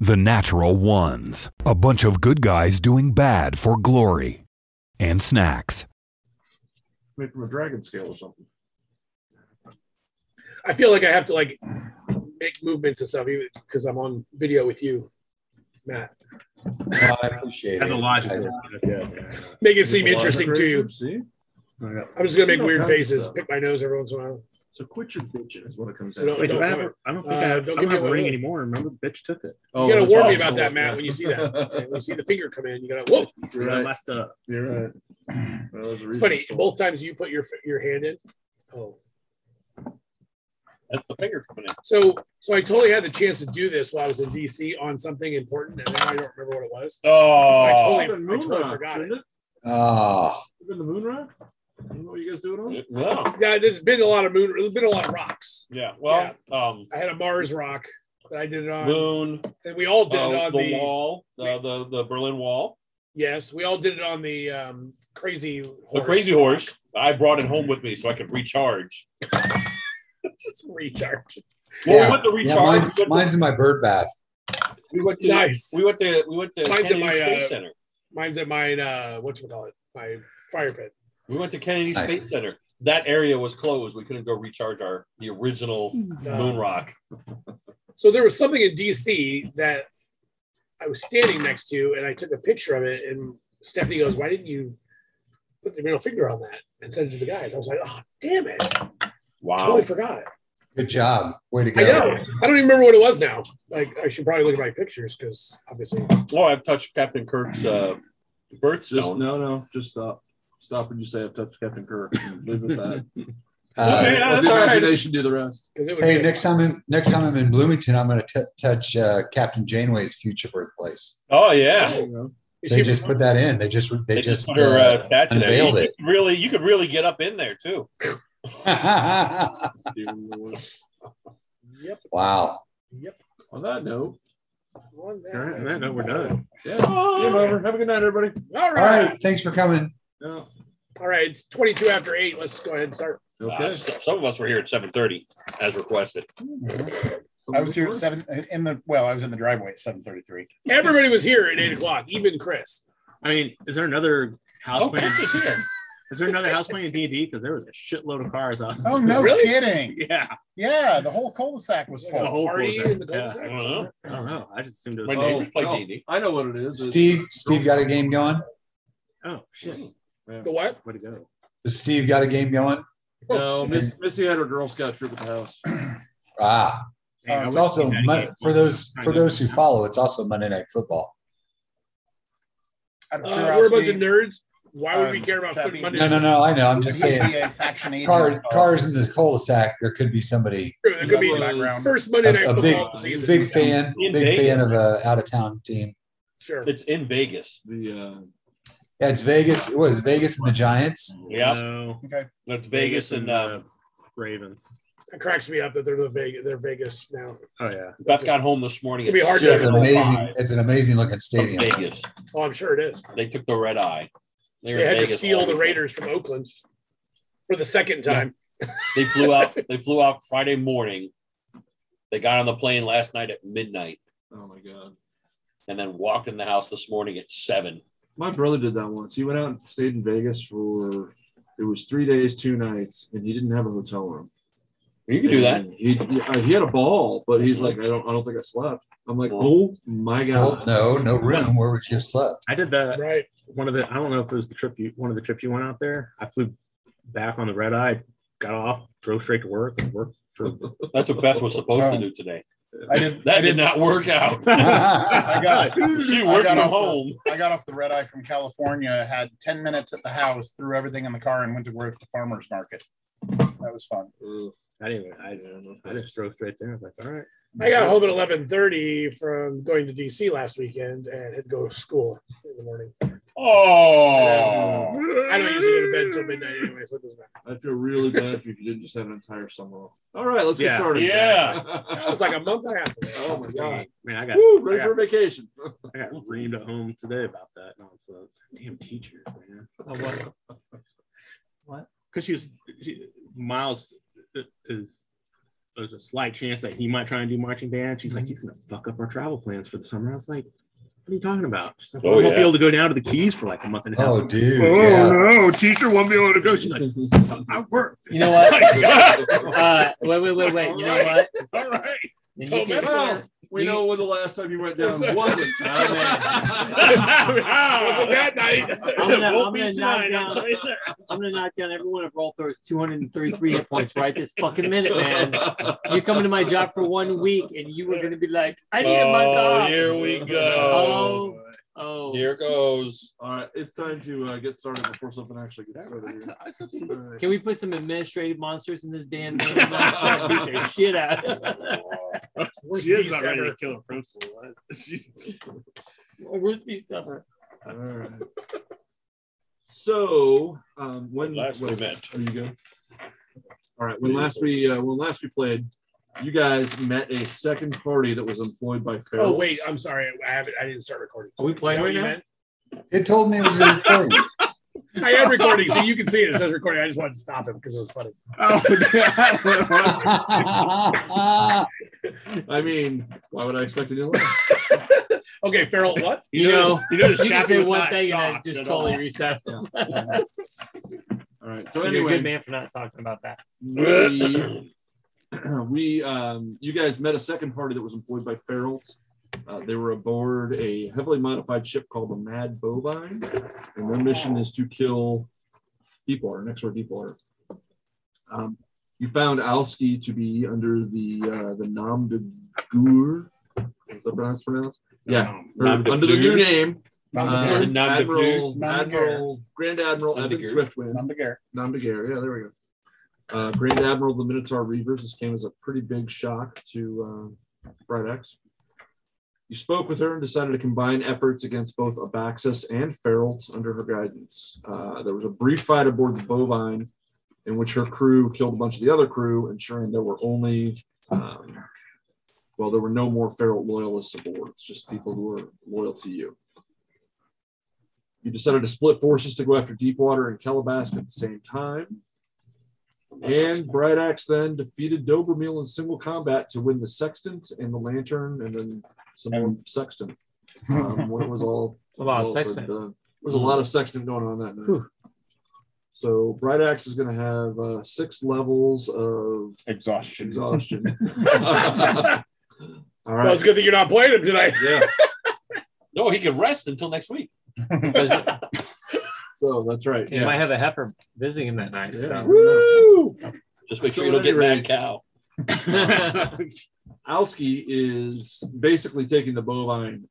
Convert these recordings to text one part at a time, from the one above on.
the natural ones. A bunch of good guys doing bad for glory. And snacks. Make them a dragon scale or something. I feel like I have to like make movements and stuff even because I'm on video with you, Matt. Well, I appreciate That's it. a logical. Yeah. Make it seem interesting to you. See? I'm just gonna make weird faces, pick my nose every once in a while. So quit your bitching is what it comes So down don't- Wait, do to. I, have, a- I don't think Uh, I have, don't I give don't have me a a ring little- anymore. Remember, the bitch took it. Oh, you gotta that's warn me awesome. about that, Matt. When you see that, when you see the finger come in, you gotta whoa. He's You're I right. messed up. You're right. Well, there's a It's reason funny. still- Both times you put your your hand in. Oh, That's the finger coming in. so so I totally had the chance to do this while I was in DC on something important, and now I don't remember what it was. I Oh, totally, It's been I totally Moonrock, forgot it. shouldn't it? Oh, It's been the moon rock? I don't know what you guys doing on. no. Yeah, there's been a lot of moon. There's been a lot of rocks. Yeah. Well, um, I had a Mars rock that I did it on. moon, And we all did it uh, on the, Um, the, wall, the, the the Berlin Wall, yes, we all did it on the um, crazy the horse. crazy horse. I brought it home with me so I could recharge. Just recharge. Well, Yeah. we went to yeah, recharge. mine's, we, went mine's in my bird bath. to, we went to Nice. we went to we went to Mine's in Kennedy my, Space uh, Center. Mine's at mine. Uh, what you call it? My fire pit. We went to Kennedy Nice. Space Center. That area was closed. We couldn't go recharge our the original Uh, moon rock. So there was something in DC that I was standing next to, and I took a picture of it. And Stephanie goes, "Why didn't you put the middle finger on that and send it to the guys?" I was like, "Oh, damn it! Wow. Totally forgot." Good job. Way to I go. know. I don't even remember what it was now. Like, I should probably look at my pictures because obviously, Oh, I've touched Captain Kirk's uh, Just no, birthstone. no, just stop. Stop when you say I've touched Captain Kirk. and Leave it at that. Uh, Okay. yeah, Let that's the all right. imagination do the rest. because it was. hey, next time, I'm, next time I'm in Bloomington, I'm going to t- touch uh, Captain Janeway's future birthplace. Oh yeah. You know, Is They she- just put that in. They just they, They just, just put her uh, statue there. unveiled You it. could really, you could really get up in there too. uh, do the worst. Yep. wow. On that note, on that. All right, on that note, we're done. yeah, game over. Have a good night, everybody. All All right. right. Thanks for coming. Yeah. All right. It's 22 after 8. Let's go ahead and start. Okay. Uh, so- some of us were here at seven thirty, as requested. I was here at seven in the well, I was in the driveway at seven thirty three. Everybody was here at 8 o'clock, even Chris. I mean, is there another house Oh, playing? Chris is here. Is there another house playing D and D? Because there was a shitload of cars out. Oh no Really? kidding! Yeah, Yeah, the whole cul-de-sac was Like a full. whole party closer. in the Yeah, I cul-de-sac. don't know. I don't know. I just assumed it My was. Oh, neighbors play no, D&D. I know what it is. It's- Steve, Steve got a game going. Oh shit! The what? Where to Uh, go? Does Steve got a game going? No, Miss, Missy had her Girl Scout troop at the house. Ah, Hey, I it's was- also Yeah, Mon- yeah. for those for those who follow. It's also Monday Night Football. Out of Uh, we're a bunch of curiosity, nerds. Why would we Um, care about that food means- Monday? No, no, no. I know. I'm just there could saying. be a faction agent uh, Cars, involved. cars in the cul-de-sac. There could be somebody It could be That was- background. first Monday night a, a big, football season. big fan, In big Vegas. fan of a out-of-town team. Sure. It's in Vegas. The uh, Yeah, it's Vegas. It was Vegas and the Giants. Yeah, No. Okay. it's Vegas, and uh, uh, Ravens. It cracks me up that they're the Vegas. They're Vegas now. Oh yeah. Beth got home this morning. It's gonna be at hard to- Yeah, it's an 7:05 amazing. It's an amazing looking from stadium. Vegas. Oh, I'm sure it is. They took the red eye. They, were They in had to Vegas all steal the weekend. Raiders from Oakland for the second Yeah. time. They flew out. They flew out Friday morning. They got on the plane last night at midnight, oh my god, and then walked in the house this morning at seven. my brother did that once. He went out and stayed in Vegas for it was three days, two nights, and he didn't have a hotel room. You can do that. And He, he, uh, he had a ball, but he's like, I don't, I don't think I slept. I'm like, oh my Well, god, no, no room. Where would you have slept? I did that Right. one of the I don't know if it was the trip you one of the trip you went out there. I flew back on the red eye, got off, drove straight to work, and worked for That's what Beth was supposed to do today. I did. That I did did. not work out. I got. She I worked got from off the- home. I got off the red eye from California. Had ten minutes at the house, threw everything in the car, and went to work at the farmers market. That was fun. Ugh, I didn't even, I, I just drove straight there. I was like, all right. I got home at 11:30 from going to DC last weekend and had to go to school in the morning. Oh, I don't usually go to bed till midnight anyway, so it doesn't matter. I feel really bad if you didn't just have an entire summer off. All right, let's get Yeah. started. Yeah. That was like a month and a half ago. Oh, oh my god, Man, I got Woo, ready for vacation. I got reamed at home today about that nonsense. Damn teachers, man. Because she's she, Miles uh, is there's a slight chance that he might try and do marching band. She's Mm-hmm. like, he's gonna fuck up our travel plans for the summer. I was like, what are you talking about? She's like, Oh, "Well, I won't be yeah. able to go down to the Keys for like a month and a half. Oh, dude. Oh, yeah. no, teacher won't be able to go. She's like, I work. You know what? All Uh, wait, wait, wait, wait. You know what? right. Then So Oh, you can- Well, we know when the last time you went down wasn't. Wasn't that night? I'm gonna, Won't I'm be gonna tonight, I'll knock down. tell you that. I'm gonna knock down every one of Rolthor's 233 hit points right this fucking minute, man. You come into my job for one week, and you were gonna be like, I need a month Oh, off. here we go. Oh, oh. Here goes. All right, it's time to uh, get started before something actually gets started. Here. All right. Can we put some administrative monsters in this damn thing? I'm gonna beat the shit out. Worst She is beast not ready ever. to kill her principal. She's Worth me supper. All right. So um, when Last we when- met. Are you good? All right. When last we uh, when last we played, you guys met a second party that was employed by. Feral. Oh wait, I'm sorry. I haven't. I didn't start recording. Are we playing Is that right what It told me it was recording. you meant? I am recording, so you can see it. It says recording. I just wanted to stop it because it was funny. Oh, I mean, why would I expect it to? Last? Okay, Farrell, what? You know, you know, this you can chappy say was one not thing and I shocked just at all. totally reset. So All right. So You're a good anyway, man for not talking about that. we, we um, you guys met a second party that was employed by Ferals. Uh, they were aboard a heavily modified ship called the Mad Bovine, and their mission is to kill Deepwater, next door Deepwater. Um, you found Alski to be under the uh, the nom de guerre. Is that pronounced? pronounced? Yeah, Or Nom de under the new guerre. name, Nom uh, de nom Um, de Admiral, guerre. Nom de guerre. Admiral, Grand Admiral Nom de Evan guerre. Swiftwind. Nom de guerre. Nom de guerre. Yeah, there we go. Uh, Grand Admiral of the Minotaur Reavers. This came as a pretty big shock to uh, Bright X. You spoke with her and decided to combine efforts against both Abaxis and Feralt under her guidance. Uh, there was a brief fight aboard the Bovine in which her crew killed a bunch of the other crew, ensuring there were only, um, well, there were no more Feralt loyalists aboard. It's just people who were loyal to you. You decided to split forces to go after Deepwater and Calabasas at the same time. And Bright Axe then defeated Dobermeal in single combat to win the Sextant and the Lantern and then some more Sextant. Um, when it was all It's a lot of all said sex and in it. done. There's a lot of Sextant going on that night. Whew. So Bright Axe is going to have uh, six levels of Exhaustion. exhaustion. all Well, it's right. good that you're not playing him tonight. Yeah. No, he can rest until next week. So that's right. You might have a heifer visiting him that night. Yeah. So. Woo! Just make So sure you don't at get any mad rate- cow. Alski is basically taking the bovine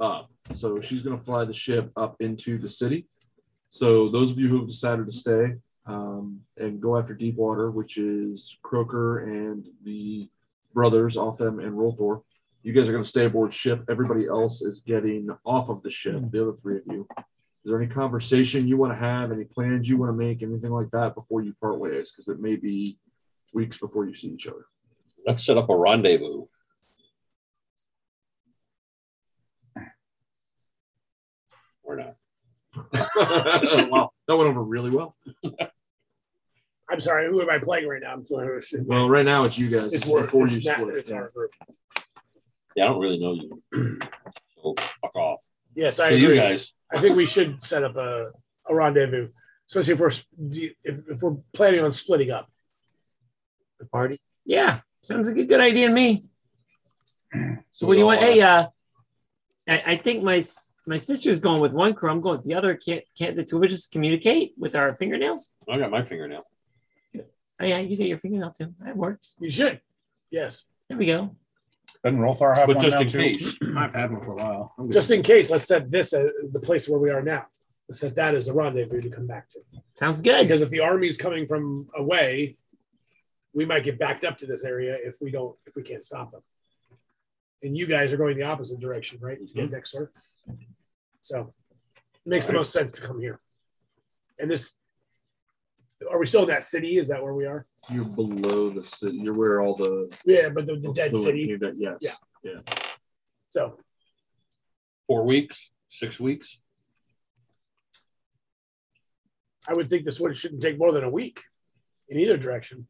up. So she's going to fly the ship up into the city. So those of you who have decided to stay um, and go after Deepwater, which is Croker and the brothers, Otham and Rolthor, you guys are going to stay aboard ship. Everybody else is getting off of the ship, the other three of you. Is there any conversation you want to have, any plans you want to make, anything like that before you part ways? Because it may be weeks before you see each other. Let's set up a rendezvous. Or not. wow, that went over really well. I'm sorry. Who am I playing right now? I'm playing. It's, Well, right now it's you guys. it's, It's work. before you it's, not- split. it's our group. Yeah, I don't really know you. So fuck off. Yes, I So agree. you guys, I think we should set up a, a rendezvous, especially if we're s- if, if we're planning on splitting up. the party. Yeah, sounds like a good idea to me. So what do you want? Hey, uh, I, I think my s- my sister's going with one crew. I'm going with the other. Can't can't the two of us just communicate with our fingernails? I got my fingernail. Oh yeah, you got your fingernail too. That works. You should. Yes, There we go. Doesn't Rolthar have But one just now, in too? case. I've had one for a while. I'm good. just in case. Let's set this at the place where we are now. Let's set that as a rendezvous to come back to. Sounds good. Because if the army's coming from away, we might get backed up to this area if we don't if we can't stop them. And you guys are going the opposite direction, right? To get next door. So it makes the most sense to come here. And this are we still in that city? Is that where we are? You're below the city. You're where all the, Yeah, but the, the dead fluid city. came down. Yes. Yeah. So Four weeks, six weeks. I would think this one shouldn't take more than a week in either direction.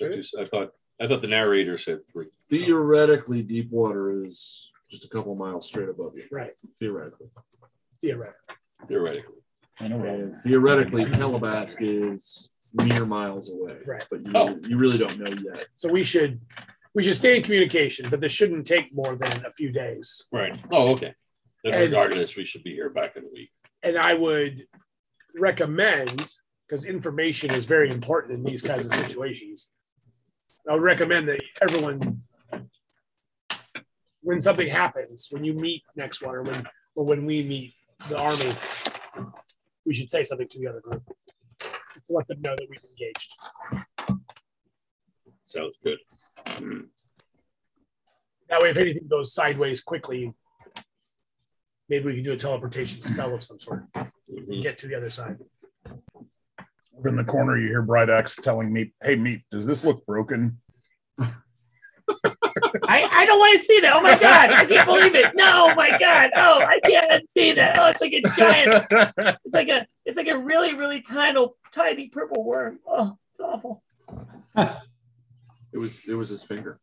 I just- I thought I thought the narrator said three. Theoretically, deep water is just a couple miles straight above you. Right. Theoretically. Theoretically. Theoretically. I know where And theoretically, Calabasas is mere miles away. Right. But you, Oh. you really don't know yet. So we should we should stay in communication, but this shouldn't take more than a few days. Right. Oh, okay. Then And- regardless, we should be here back in a week. And I would recommend because information is very important in these kinds of situations. I would recommend that everyone, when something happens, when you meet next one, or when or when we meet the army, we should say something to the other group to let them know that we've engaged. Sounds good. Mm-hmm. That way, if anything goes sideways quickly, maybe we can do a teleportation spell of some sort and Mhm. get to the other side. Over in the corner, you hear Bright X telling me, "Hey, meat, does this look broken?" I, I don't want to see that. Oh my god, I can't believe it. No, my god. Oh, I can't see that. Oh, it's like a giant. It's like a it's like a really really tiny tiny purple worm. Oh, it's awful. It was it was his finger.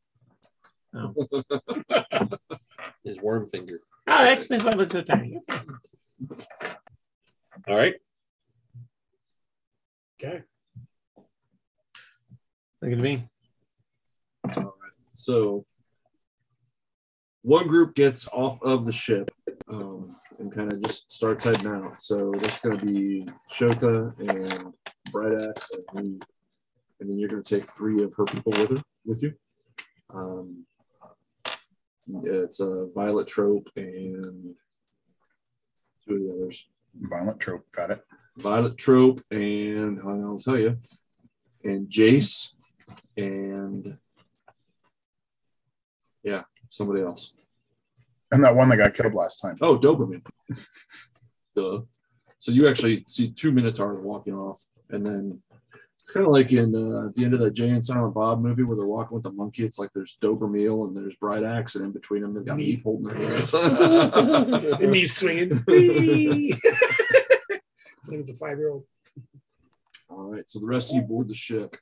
His worm finger. Oh, that explains why it looks so tiny. Okay. All right. Okay. Look at me. So one group gets off of the ship um, and kind of just starts heading out. So that's going to be Shota and Bright Axe, and, me. and then you're going to take three of her people with her with you. Um, it's uh, Violet Trope and two of the others. Violent trope. Got it. Violet Trope and I'll tell you, and Jace and yeah, somebody else. And that one that got killed last time. Oh, Doberman. Duh. So you actually see two Minotaurs walking off, and then it's kind of like in uh, at the end of that Jay and Silent Bob movie where they're walking with the monkey. It's like there's Dobermeal and there's Bright Axe, and in between them they've got meat holding their hands. And me swinging. Whee! Like it's a five year old. All right, so the rest of you board the ship,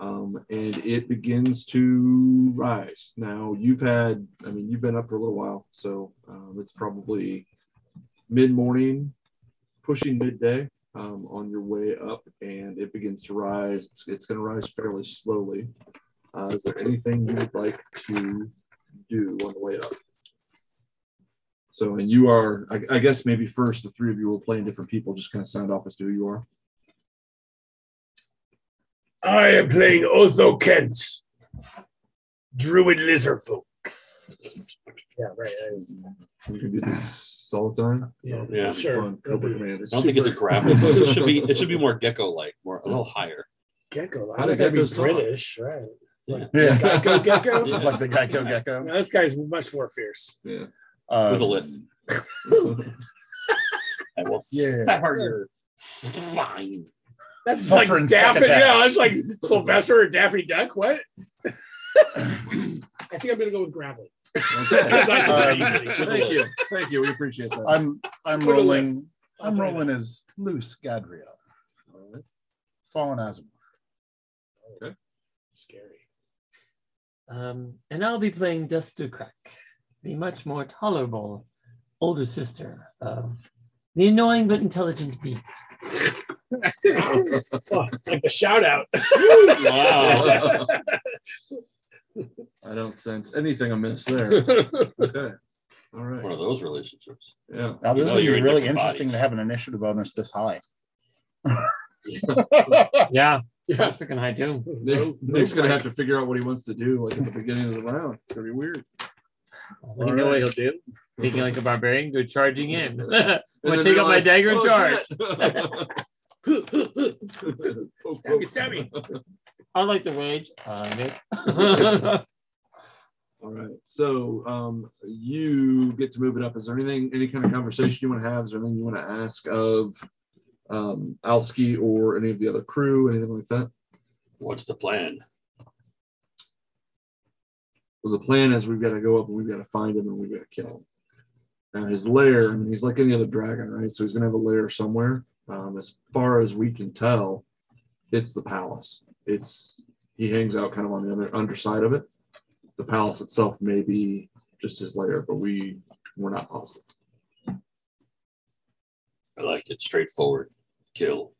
um, and it begins to rise. Now you've had, I mean, you've been up for a little while, so um, it's probably mid-morning, pushing midday um, on your way up, and it begins to rise. It's, it's going to rise fairly slowly. Uh, is there anything you would like to do on the way up? So, and you are, I, I guess maybe first the three of you will play in different people, just kind of sound off as to who you are. I am playing Otho Kent, Druid Lizard Folk. Yeah, right. We can do this all the time. Yeah, Yeah. sure. Fun. Cobra Commander. I don't think it's a Super- graphic. It should be it should be more gecko like, more a little higher. Gecko. How I do think that'd be geckos talk? British, right? Yeah. Gecko, gecko. Yeah. Like the Geico Gecko. No, this guy's much more fierce. Yeah. Uh, With a lip. I will Yeah. sever your spine. That's Buffer like and Daffy. Succotash. Yeah, that's like Sylvester or Daffy Duck. What? I think I'm gonna go with gravel. Okay. Thank Thank you. Thank you. We appreciate that. I'm I'm Put a rolling. I'll I'm try rolling as loose Gadria, All right. fallen Asimov. Scary. Um, and I'll be playing Dustukrak, the much more tolerable older sister of the annoying but intelligent bee. Oh, like a shout out. Wow. I don't sense anything amiss there. Okay. All One right. of those relationships. Yeah. Now this You know would be you're in really different interesting to bodies. have an initiative bonus this high. Yeah, yeah. freaking high too. Nick, Nick's gonna have to figure out what he wants to do like at the beginning of the round. It's gonna be weird. You know what he'll do? Thinking like a barbarian, go charging in. I'm gonna then take out my realize, dagger and "Oh, charge. shit." Poke, poke. Stabby, I like the rage, uh, Nick. All right. So um, you get to move it up. Is there anything, any kind of conversation you want to have? Is there anything you want to ask of um, Alski or any of the other crew, anything like that? What's the plan? Well, the plan is we've got to go up and we've got to find him and we've got to kill him. Now his lair, I mean, he's like any other dragon, right? So he's gonna have a lair somewhere. Um, as far as we can tell, it's the palace. It's He hangs out kind of on the other underside of it. The palace itself may be just his lair, but we we're not positive. I like it straightforward. Kill.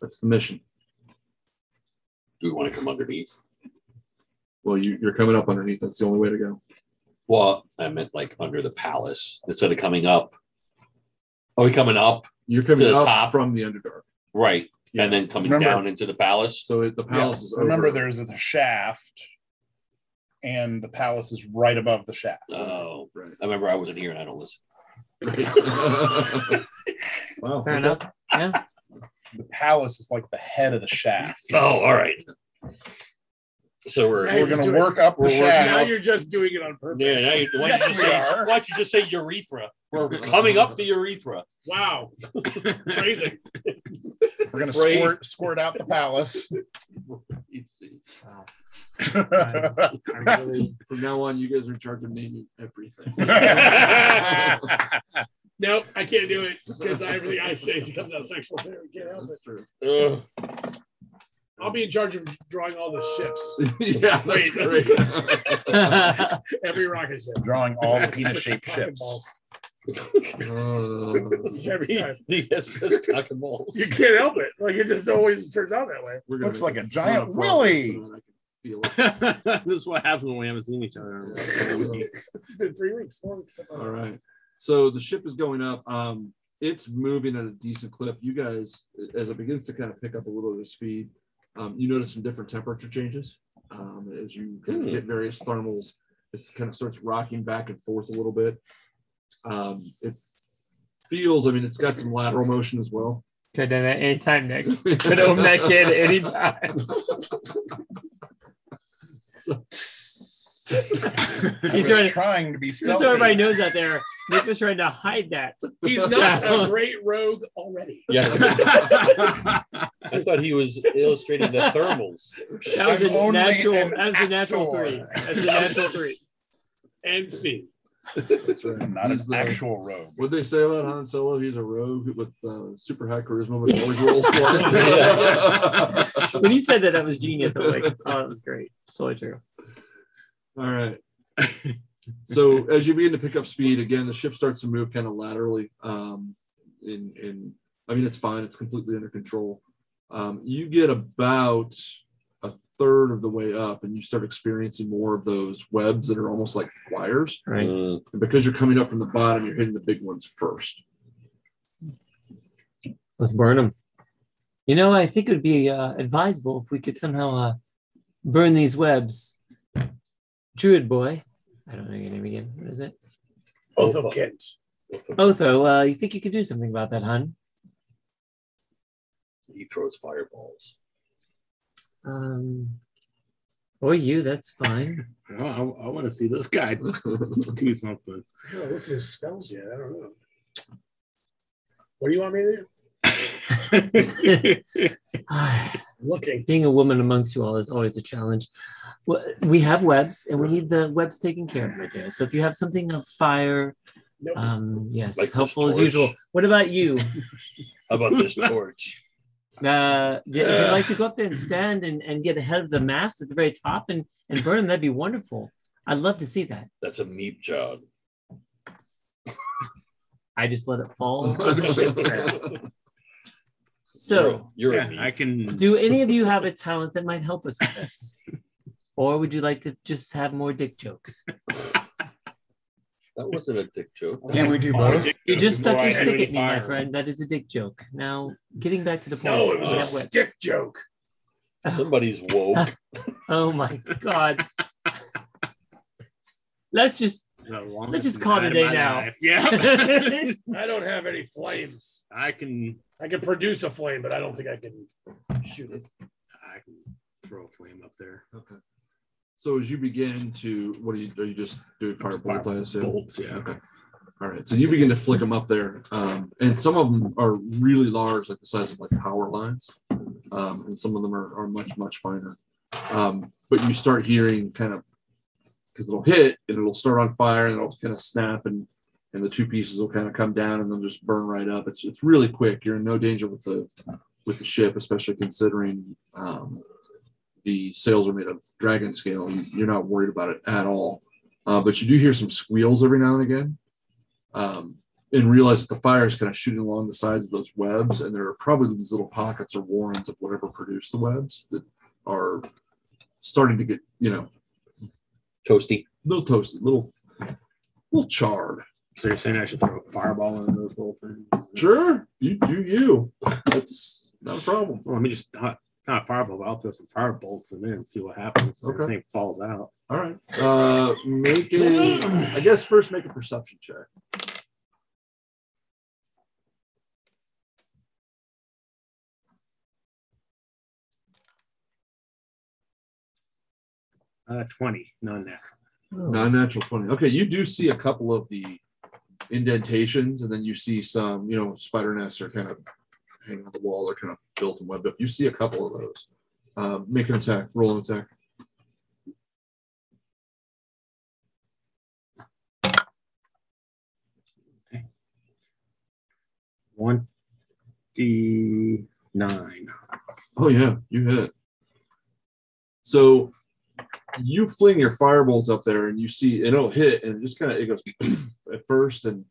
That's the mission. Do we want to come underneath? Well, you, you're coming up underneath. That's the only way to go. Well, I meant like under the palace instead of coming up. Are we coming up? You're coming To the up top. from the Underdark. Right. Yeah. And then coming Remember- down into the palace. So it, the palace is over. Remember, there's a shaft, and the palace is right above the shaft. Oh, Right. I remember I wasn't here and I don't listen. Right. wow. Fair enough. Yeah. The palace is like the head of the shaft. Oh, all right. So we're. Now We're you're going just to doing- work up the We're working Now shaft. you're just doing it on purpose. Yeah, now you, why, don't you just Yes, we say, are. why don't you just say urethra? We're coming up the urethra. Wow. Crazy. We're going to Phrase. squirt, squirt out the palace. Let's see. All I'm really- From now on, you guys are in charge of naming everything. Nope, I can't do it because I really I say it comes out sexual too. We Can't help it. That's true. Ugh. I'll be in charge of drawing all the ships. yeah, that's Wait. great. Every rocket ship. Drawing all the penis shaped ships. Uh, Every time. The SS cock and balls. You can't help it. Like it just always turns out that way. we're gonna Looks make like a ton of giant progress willy. so that I can feel it. this is what happens when we haven't seen each other. It's been three weeks, four weeks. something All like right. So the ship is going up. Um, it's moving at a decent clip. You guys, as it begins to kind of pick up a little bit of speed, um, you notice some different temperature changes um, as you kind of Hmm. hit various thermals. It kind of starts rocking back and forth a little bit. Um, it feels. I mean, it's got some lateral motion as well. Could have at any time, Nick. Could own that kid any time. I He's was trying to- trying to be Just so everybody stealthy. knows out there, Nick was trying to hide that. that. He's not a great rogue already. Yeah, I thought he was illustrating the thermals. That was I'm a only natural. an That was a natural actor. three. That's a natural three. MC. That's right. I'm not He's an the- actual rogue. What they say about Han Solo? He's a rogue with uh, super high charisma, but always rolls twice. When he said that, that was genius. I was like, oh, that was great. So true. All right. so as you begin to pick up speed again, the ship starts to move kind of laterally. Um, in in I mean, it's fine. It's completely under control. Um, you get about a third of the way up, and you start experiencing more of those webs that are almost like wires. Right. Mm. And because you're coming up from the bottom, you're hitting the big ones first. Let's burn them. You know, I think it would be uh, advisable if we could somehow uh, burn these webs. Druid boy, I don't know your name again. What is it? Oh, Both of Kent. Otho. Uh, you think you could do something about that, hun? He throws fireballs. Um, or you? That's fine. Well, I, I want to see this guy do something. I haven't looked at his spells yet. I don't know. What do you want me to do? Looking. Being a woman amongst you all is always a challenge. Well, we have webs, and we need the webs taken care of, my dear. So if you have something of fire, Nope. um, yes, Like this helpful as torch. usual. What about you? How about this torch? Uh, yeah, if Uh. you'd like to go up there and stand and, and get ahead of the mast at the very top and, and burn them, that'd be wonderful. I'd love to see that. That's a meep job. I just let it fall. Oh, and put the shit there. All so, you're, you're Yeah, a meep. I can. do any of you have a talent that might help us with this? Or would you like to just have more dick jokes? that wasn't a dick joke. Can we do both? You just stuck your Why stick at me, my fire? friend. That is a dick joke. Now, getting back to the point. No, it was we a have web- stick joke. Somebody's woke. Oh my god. Let's just Let's just call it a day now. Yeah. I don't have any flames. I can. I can produce a flame, but I don't think I can shoot it. I can throw a flame up there. Okay. So as you begin to, what are you? Are you just doing firebolt? I assume. Bolts, yeah. Okay. All right. So you begin to flick them up there, um, and some of them are really large, like the size of like power lines, um, and some of them are, are much much finer. Um, but you start hearing kind of because it'll hit and it'll start on fire and it'll kind of snap and and the two pieces will kind of come down and then just burn right up. It's it's really quick. You're in no danger with the with the ship, especially considering um, the sails are made of dragon scale. You- You're not worried about it at all. Uh, but you do hear some squeals every now and again. Um, and realize that the fire is kind of shooting along the sides of those webs, and there are probably these little pockets or warrens of whatever produced the webs that are starting to get, you know, Toasty. little toasted, little, little charred. So you're saying I should throw a fireball into those little things? Sure, you do you. That's not a problem. Well, let me just not not a fireball, but I'll throw some fire bolts in there and see what happens. So Okay. Everything falls out. All right. Uh, make a, I guess first make a perception check. Uh, twenty, none there. Non-natural twenty. Okay, you do see a couple of the indentations, and then you see some, you know, spider nests are kind of hanging on the wall. They're kind of built and webbed up. You see a couple of those. Uh, make an attack. Roll an attack. Twenty-nine. Oh yeah, you hit. So you fling your firebolts up there, and you see and it'll hit, and it just kind of it goes at first and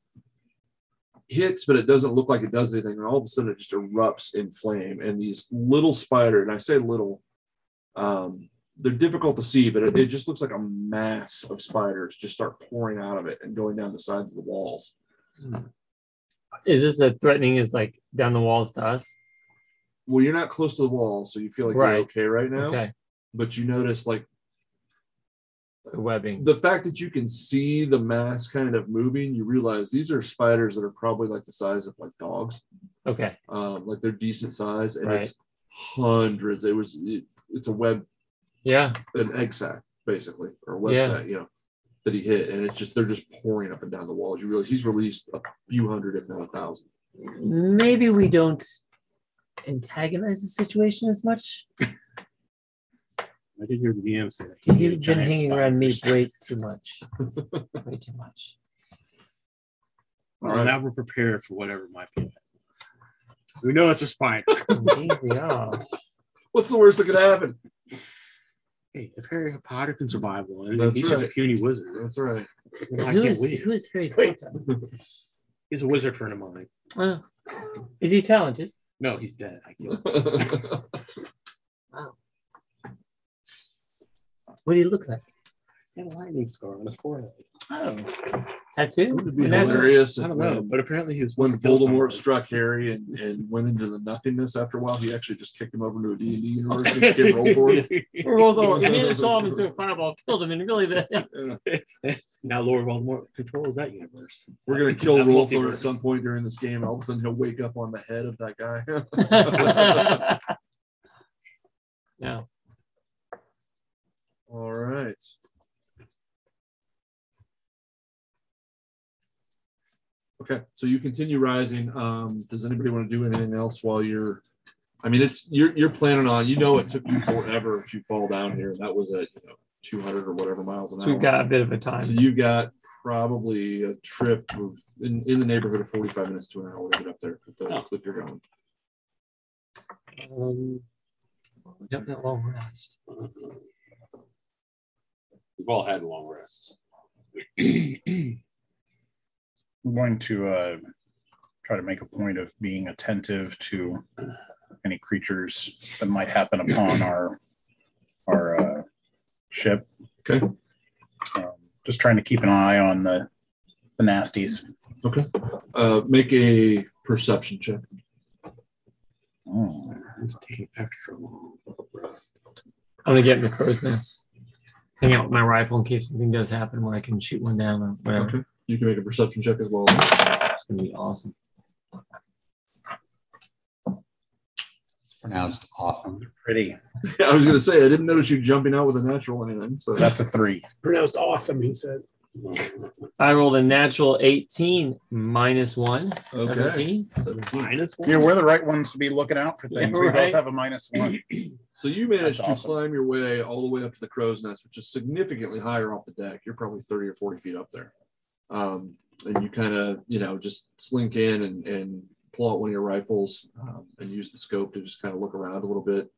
hits, but it doesn't look like it does anything. And all of a sudden, it just erupts in flame, and these little spider, and I say little, um, they're difficult to see, but it, it just looks like a mass of spiders just start pouring out of it and going down the sides of the walls. Is this a threatening? Is like down the walls to us? Well, you're not close to the wall, so you feel like Right. you're okay right now. Okay, But you notice like the webbing. the fact that you can see the mass kind of moving, you realize these are spiders that are probably like the size of like dogs, Okay, um, like they're decent size, and Right. it's hundreds. It was it, it's a web, yeah, an egg sack basically, or a web Yeah. sack, you know, that he hit, and it's just they're just pouring up and down the walls. You realize he's released a few hundred, if not a thousand. maybe we don't antagonize the situation as much. I did hear the DM say that. You've been Giant hanging around me way too much. way too much. All Well, right. now we're prepared for whatever might be. We know it's a spider. Indeed, we are. What's the worst that could happen? hey, if Harry Potter can survive one, That's he's just right. a puny wizard. That's right. I Who can't is, wait. who is Harry Potter? He's a wizard friend of mine. Oh. Is he talented? No, he's dead. I killed him. What do you look like? He had a lightning scar on his forehead. Oh, Tattoo? Would be Imagine- hilarious. I if don't know, when- but apparently he was when wanting to kill Voldemort someone. struck Harry and, and went into the nothingness after a while, he actually just kicked him over to a D&D university and gave roll for it. Although he made us all him through a fireball, killed him, and really the now Lord Voldemort controls that universe. We're going to kill That roll for multiverse. at some point during this game. All of a sudden, he'll wake up on the head of that guy. no. all right. Okay, so you continue rising. Um, does anybody want to do anything else while you're? I mean, it's you're you're planning on. You know, it took you forever if you fall down here. That was at you know, 200 or whatever miles an So hour. we've got a bit of a So time. you got probably a trip of in, in the neighborhood of 45 minutes to an hour to get up there with the Oh. clip you're going. Um, we don't get long rest. We've all had long rests. I'm going to uh, try to make a point of being attentive to any creatures that might happen upon our our uh, ship. Okay. Um, just trying to keep an eye on the the nasties. Uh, make a perception check. Mm. It's taking extra long. I'm gonna get in the crow's nest. Hang out with my rifle in case something does happen where I can shoot one down or whatever. Okay. You can make a perception check as well. It's gonna be awesome. Pronounced awesome. Pretty. I was going to say, I didn't notice you jumping out with a natural or anything. So That's a three. Pronounced awesome, he said. I rolled a natural 18 minus one. Okay. 17. Minus one. Yeah, we're the right ones to be looking out for Yeah, things. We right. both have a minus one. So you managed That's to awesome. climb your way all the way up to the crow's nest, which is significantly higher off the deck. You're probably 30 or 40 feet up there. Um, and you kind of, you know, just slink in and, and pull out one of your rifles um, and use the scope to just kind of look around a little bit.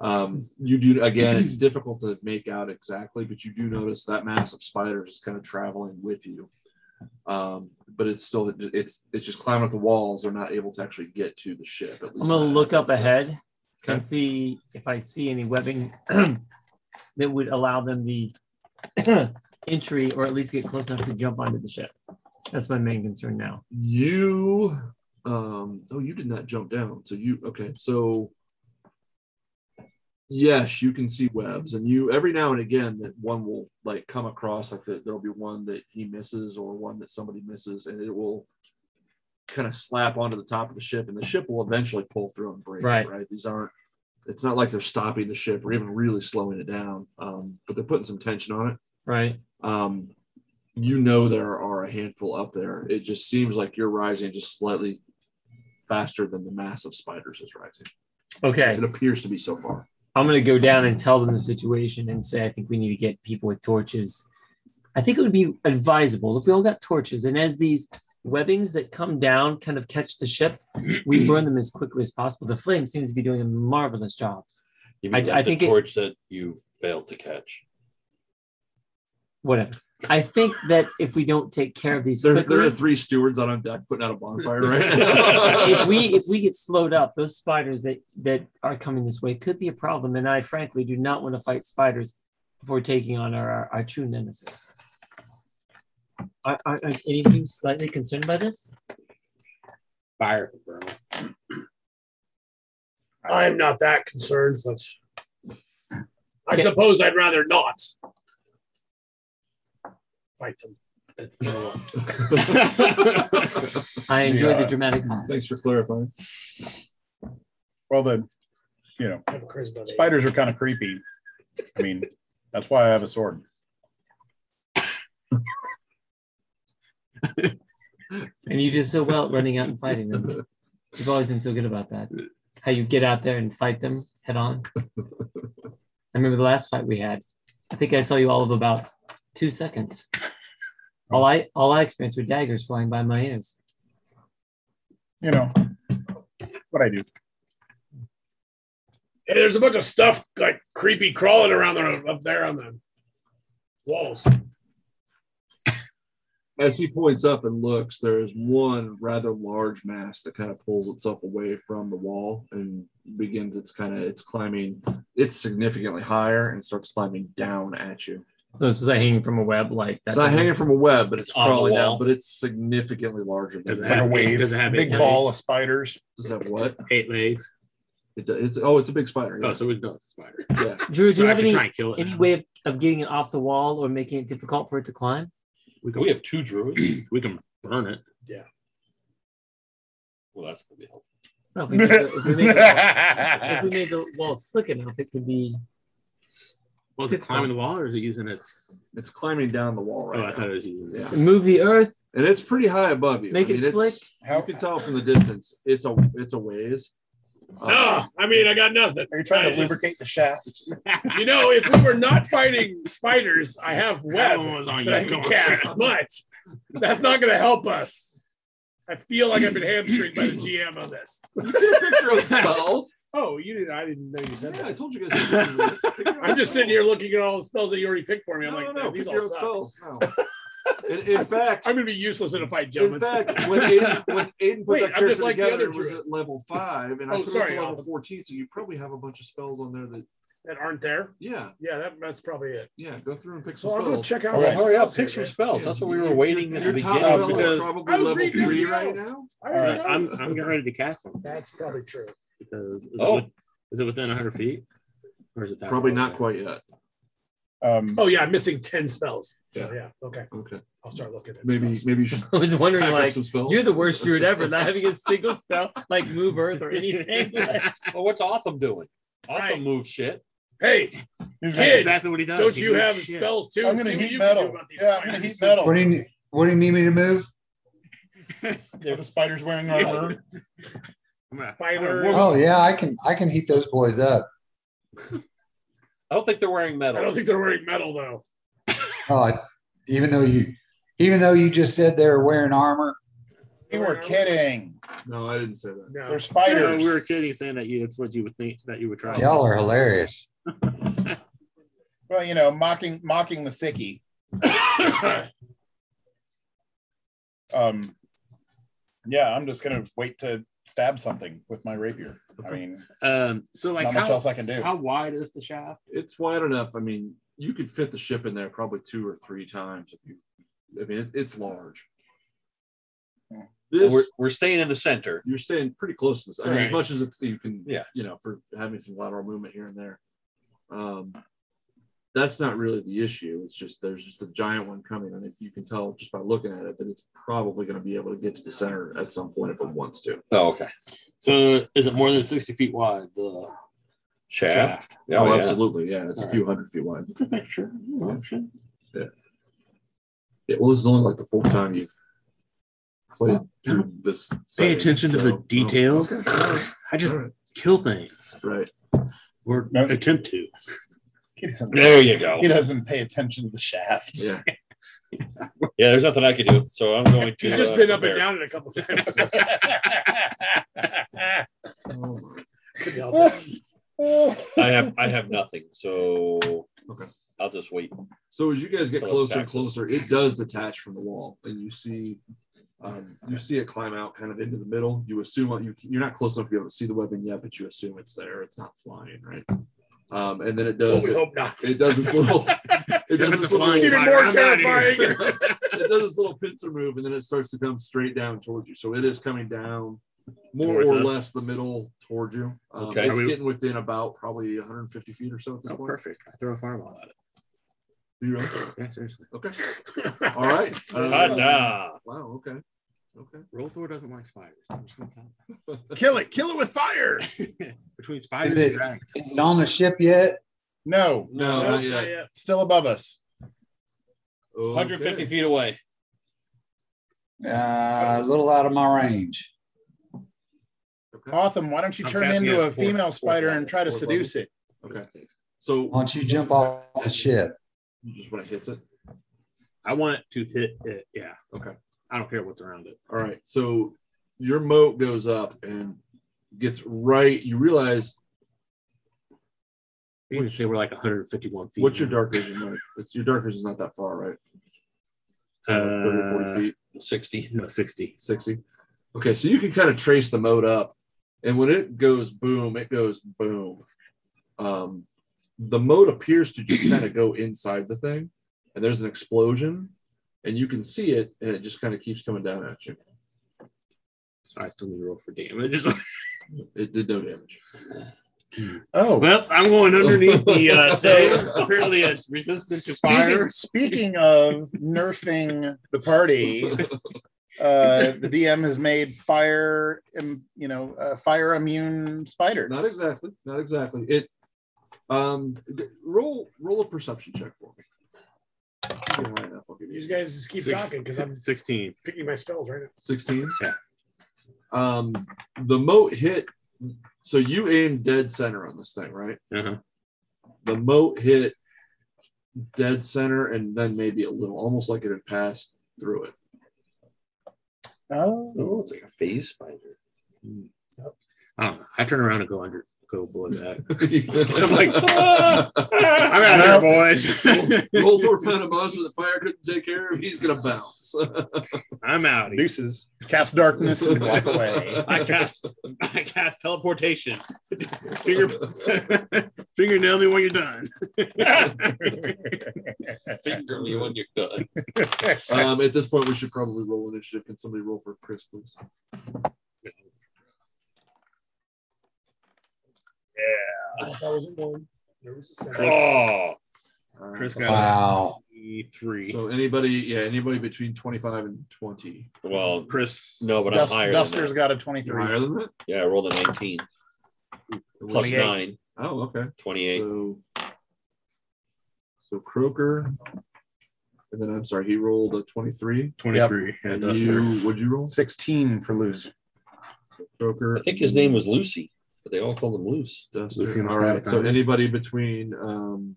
Um, you do again. It's difficult to make out exactly, but you do notice that mass of spiders is kind of traveling with you. Um, but it's still it's it's just climbing up the walls. They're not able to actually get to the ship. At least I'm gonna not look yet. up ahead Okay. and see if I see any webbing that would allow them the entry or at least get close enough to jump onto the ship. That's my main concern now. You um oh you did not jump down. So you okay, so yes, you can see webs and you every now and again that one will like come across like that there'll be one that he misses or one that somebody misses and it will kind of slap onto the top of the ship and the ship will eventually pull through and break. it, Right. Right. These aren't it's not like they're stopping the ship or even really slowing it down. Um, but they're putting some tension on it Right. um, you know there are a handful up there. It just seems like you're rising just slightly faster than the mass of spiders is rising. Okay. It appears to be so far. I'm gonna go down and tell them the situation and say I think we need to get people with torches. I think it would be advisable if we all got torches and as these webbings that come down kind of catch the ship, we burn them as quickly as possible. The flame seems to be doing a marvelous job. You I- mean I like think the it- torch that you failed to catch? Whatever. I think that if we don't take care of these There, quickly, there are three stewards out on deck putting out a bonfire right if now. we if we get slowed up, those spiders that that are coming this way could be a problem. And I frankly do not want to fight spiders before taking on our our, our true nemesis. Are, are, are any of you slightly concerned by this? Fire, bro. I am not that concerned, but I suppose I'd rather not fight them. I enjoy Yeah. the dramatic moment. Thanks for clarifying. Well, the you know I have a charisma. of eight. spiders are kind of creepy. I mean, that's why I have a sword. And you do so well at running out and fighting them. You've always been so good about that. How you get out there and fight them head on. I remember the last fight we had. I think I saw you all of about two seconds. All I all I experienced were daggers flying by my ears. You know what I do. Hey, there's a bunch of stuff like creepy crawling around there, up there on the walls. As he points up and looks, there is one rather large mass that kind of pulls itself away from the wall and begins its kind of it's climbing. It's significantly higher and starts climbing down at you. So this is like hanging from a web like that. It's not hanging from a web, but it's, It's on the crawling wall. down. But it's significantly larger than Doesn't like that. a have wave. eight, doesn't have eight Big legs. ball of spiders. Is that what? Eight legs. It, do- it's oh, it's a big spider. Oh, Yeah. so we know it's a spider. yeah. Drew, do So you have actually any, try and kill it. any now. way of, of getting it off the wall or making it difficult for it to climb? we We can, have two druids. we can burn it. Well, that's gonna be helpful. Well, if, we make the, if, we make the, if we make the wall slick enough, it could be Well, is it climbing the wall or is it using its? It's climbing down the wall Oh, I right thought now. it was using. Yeah, move the earth. and it's pretty high above you. Make it it's- slick. How You can tell from the distance. It's a it's a ways. Um, No, I mean I got nothing. are you trying I to just- lubricate the shaft? You know, if we were not fighting spiders, I have web That one was on you. that I can Come on. cast, but that's not going to help us. I feel like I've been hamstringed by the GM on this. You did a picture of spells. Oh, you didn't? I didn't know you said Yeah, I that. told you guys. I'm just sitting here looking at all the spells that you already picked for me. No, I'm no, like, no. "Man, these pick all your own suck. spells. No. In, in fact, I'm going to be useless in a fight, in gentlemen. fact, when Aiden, when Aiden put Wait, that I'm just character like the together, other it was druid. at level five, and I Oh, put sorry, it up to level Alvin. fourteen. So you probably have a bunch of spells on there that. that aren't there. Yeah, Yeah, that, that's probably it. yeah. Go through and pick some So I'll spells. go check out. All right, some Hurry up, spells here, fix your man. spells. That's what we were waiting at the Your top beginning. spell because- is probably I was level reading three everything right else. now. I All already right, know. I'm I'm getting ready to cast them That's probably true. because is, Oh. it, with- is it within 100 feet or is it that Probably far not away? quite yet. Um, Oh yeah, I'm missing ten spells. So, Yeah. yeah. Okay. Okay. I'll start looking at Maybe spells. maybe you should I was wondering, pack up like, some spells. you're the worst druid ever, not having a single spell like move earth or anything. Well, what's Otham doing? Otham Right. moves shit. Hey, he's- That's Kid, exactly what he does. don't He you moves have shit. spells too? I'm gonna See what heat you can do metal. about these Yeah, I'm gonna spiders. heat metal. What do you need? What do you need me to move? Are the spiders wearing armor? I'm gonna- Spiders. Oh yeah, I can I can heat those boys up. I don't think they're wearing I metal. don't think they're wearing metal though. Oh, I- even though you even though you just said they were wearing armor, You were kidding. No, I didn't say that. No. They're spiders. we were kidding, saying that you, that's what you would think that you would try. Y'all are hilarious. Well, you know, mocking mocking the sickie. um, yeah, I'm just gonna wait to stab something with my rapier. I mean, Um, so like not much how, else I can do. how wide is the shaft? It's wide enough. I mean, you could fit the ship in there probably two or three times if you. I mean, it, it's large. This We're, we're staying in the center. you're staying pretty close to this. I mean, as Right. much as it's, you can, Yeah. you know, for having some lateral movement here and there. Um, that's not really the issue. It's just there's just a giant one coming, and if you can tell just by looking at it that it's probably going to be able to get to the center at some point if it wants to. Oh, okay. So is it more than sixty feet wide? The Shaft. oh, yeah. absolutely, yeah. It's a few hundred feet wide. Good picture. Option. Yeah, well, this is only like the fourth time you've played through this. Pay setting, attention to so- the oh, details. okay. I just All right. kill things Right. or No. attempt to. He doesn't, There you go. he doesn't pay attention to the shaft. Yeah. Yeah, there's nothing I can do. So I'm going to. He's just uh, been up and prepare. down it a couple times. Couldn't help it. I have I have nothing. So Okay. I'll just wait. So as you guys get Till it closer and taxes. closer, it does detach from the wall, and you see, um, you see it climb out kind of into the middle. You assume you you're not close enough to be able to see the weapon yet, but you assume it's there. It's not flying, right? Um, and then it Oh, does. we It, hope not. it does its little. It does it's a its little- flying It's even Fine, more I'm outta here. terrifying. it does its little pincer move, and then it starts to come straight down towards you. So it is coming down more Towards or us? less the middle towards you. Um, Okay. It's Are we- getting within about probably 150 feet or so at this Oh, point. perfect. I throw a fireball at it. Do you really? Yeah, seriously. Okay. All right. Uh, Ta-da. Wow. Okay. Okay. Roll Thor doesn't like spiders. I'm just gonna tell him. Kill it! Kill it with fire! Between spiders Is it- and dragons. Is it on the ship yet? No, No, Nope, not not yet. yet. still above us. 150 Okay. feet away. Uh, a little out of my range. Okay. Autumn, why don't you I'm turn casting into it a at fourth- female fourth spider level, and try to fourth seduce it? Okay. So Why don't you jump off the ship? you just when it hits it. I want it to hit it. Yeah. Okay. I don't care what's around it. All right. So your moat goes up and gets right. You realize You can say we're like 151 feet. what's your dark vision? Mark? It's your dark vision is not that far, right? Uh, 30 or 40 feet. 60. No, 60. 60. Okay, so you can kind of trace the mode up. And when it goes boom, it goes boom. Um, the mode appears to just kind of go inside the thing, and there's an explosion, and you can see it, and it just kind of keeps coming down at you. So I still need to roll for damage. It did no damage. Oh, well, I'm going underneath the. Uh, so apparently it's resistant to fire. Speaking, speaking of nerfing the party, uh, the DM has made fire, im- you know, uh, fire immune spiders. Not exactly. Not exactly. It. Um, g- roll roll a perception check for me. You can line up, I'll give you- You guys just keep Six- talking because I'm 16. picking my spells right now. 16 Yeah. um the moat hit so you aimed dead center on this thing right Uh-huh. the moat hit dead center and then maybe a little almost like it had passed through it Oh, Oh, it's like a phase spider. Hmm. I don't know. I turn around and go under, go below that. i'm like, I'm out Well- of here, boys. Goldor found a monster that fire couldn't take care of. He's gonna bounce. I'm out. Here. deuces! Cast darkness and black away. I cast, I cast teleportation. Finger, fingernail me when you're done. Finger me when you're done. um, at this point, we should probably roll initiative. Can somebody roll for Chris, please? That was a one. There was a seven. Oh, All right. Chris got Wow. a three. So anybody, yeah, anybody between twenty-five and twenty. Well, Chris, no, but I'm Dust, higher. Duster's than got a You're 23. higher than that? that. Yeah, I rolled a 19. Plus 28. 9, Oh, okay. 28. So, so Croker, and then I'm sorry, he rolled a 23. 23. Yeah, And Duster. you, would you roll? 16 for loose. Croker. I think his name was Lucy, but they all called him Loose. Lucy Duster. and All right. So Skydiver. anybody between um,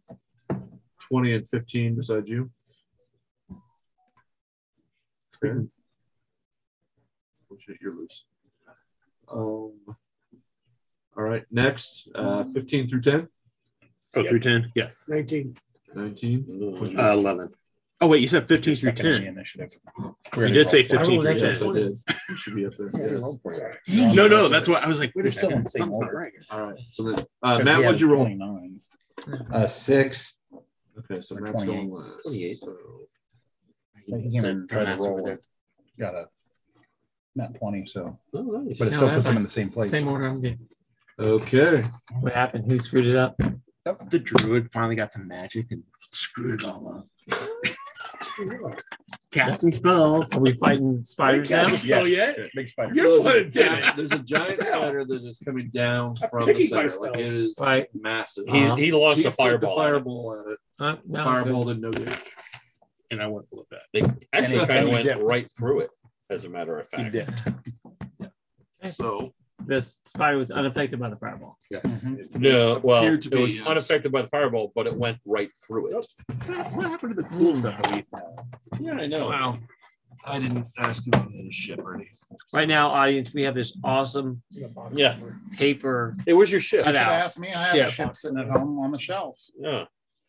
20 and 15 besides you? Okay. Which you're loose. Um, all right, next, uh, 15 through 10, Oh, through 10? Yes. 19. 19. Uh, 11. Oh, wait, you said 15 through Second in the 10. initiative. You did say I rolled 15 through an yes, I 10. did. You should be up there. yes. No, no, that's what I was like. Wait a We're still on second. the same Something's not order. right. All right, so then, uh, Matt, what'd you roll? Uh, six. Okay, so Or Matt's 28. going last. 28. So, Try to That's what roll we it. Got a, not twenty, so, Oh, nice. but it No, still that's puts them in fine. the same place. same order. I'm good. okay, What happened? Who screwed it up? did. The druid finally got some magic and screwed it all up. Casting spells. Are we fighting spiders now? Cast a spell yet? Big spider. You're the one that there's, a did it. giant, there's a giant spider that is coming down I'm from the picking my center. Like it is Right. massive. He, Uh-huh. he launched He a flicked fireball, The fireball at it. Huh? No, it's fireball did no damage. and I went with that. They actually he- kind and of he went dipped. right through it, as a matter of fact. So good. This spider was unaffected by the fireball. No, well, Appeared to it was be, yes. unaffected by the fireball, but it went right through it. What happened to the cool stuff that we used to have? Yeah, I know. wow, I didn't ask about his ship or anything. Right now, audience, we have this awesome Yeah. paper Hey, where's your ship? cutout. Ask me, I have Shit. a ship sitting at home on the shelf. Yeah.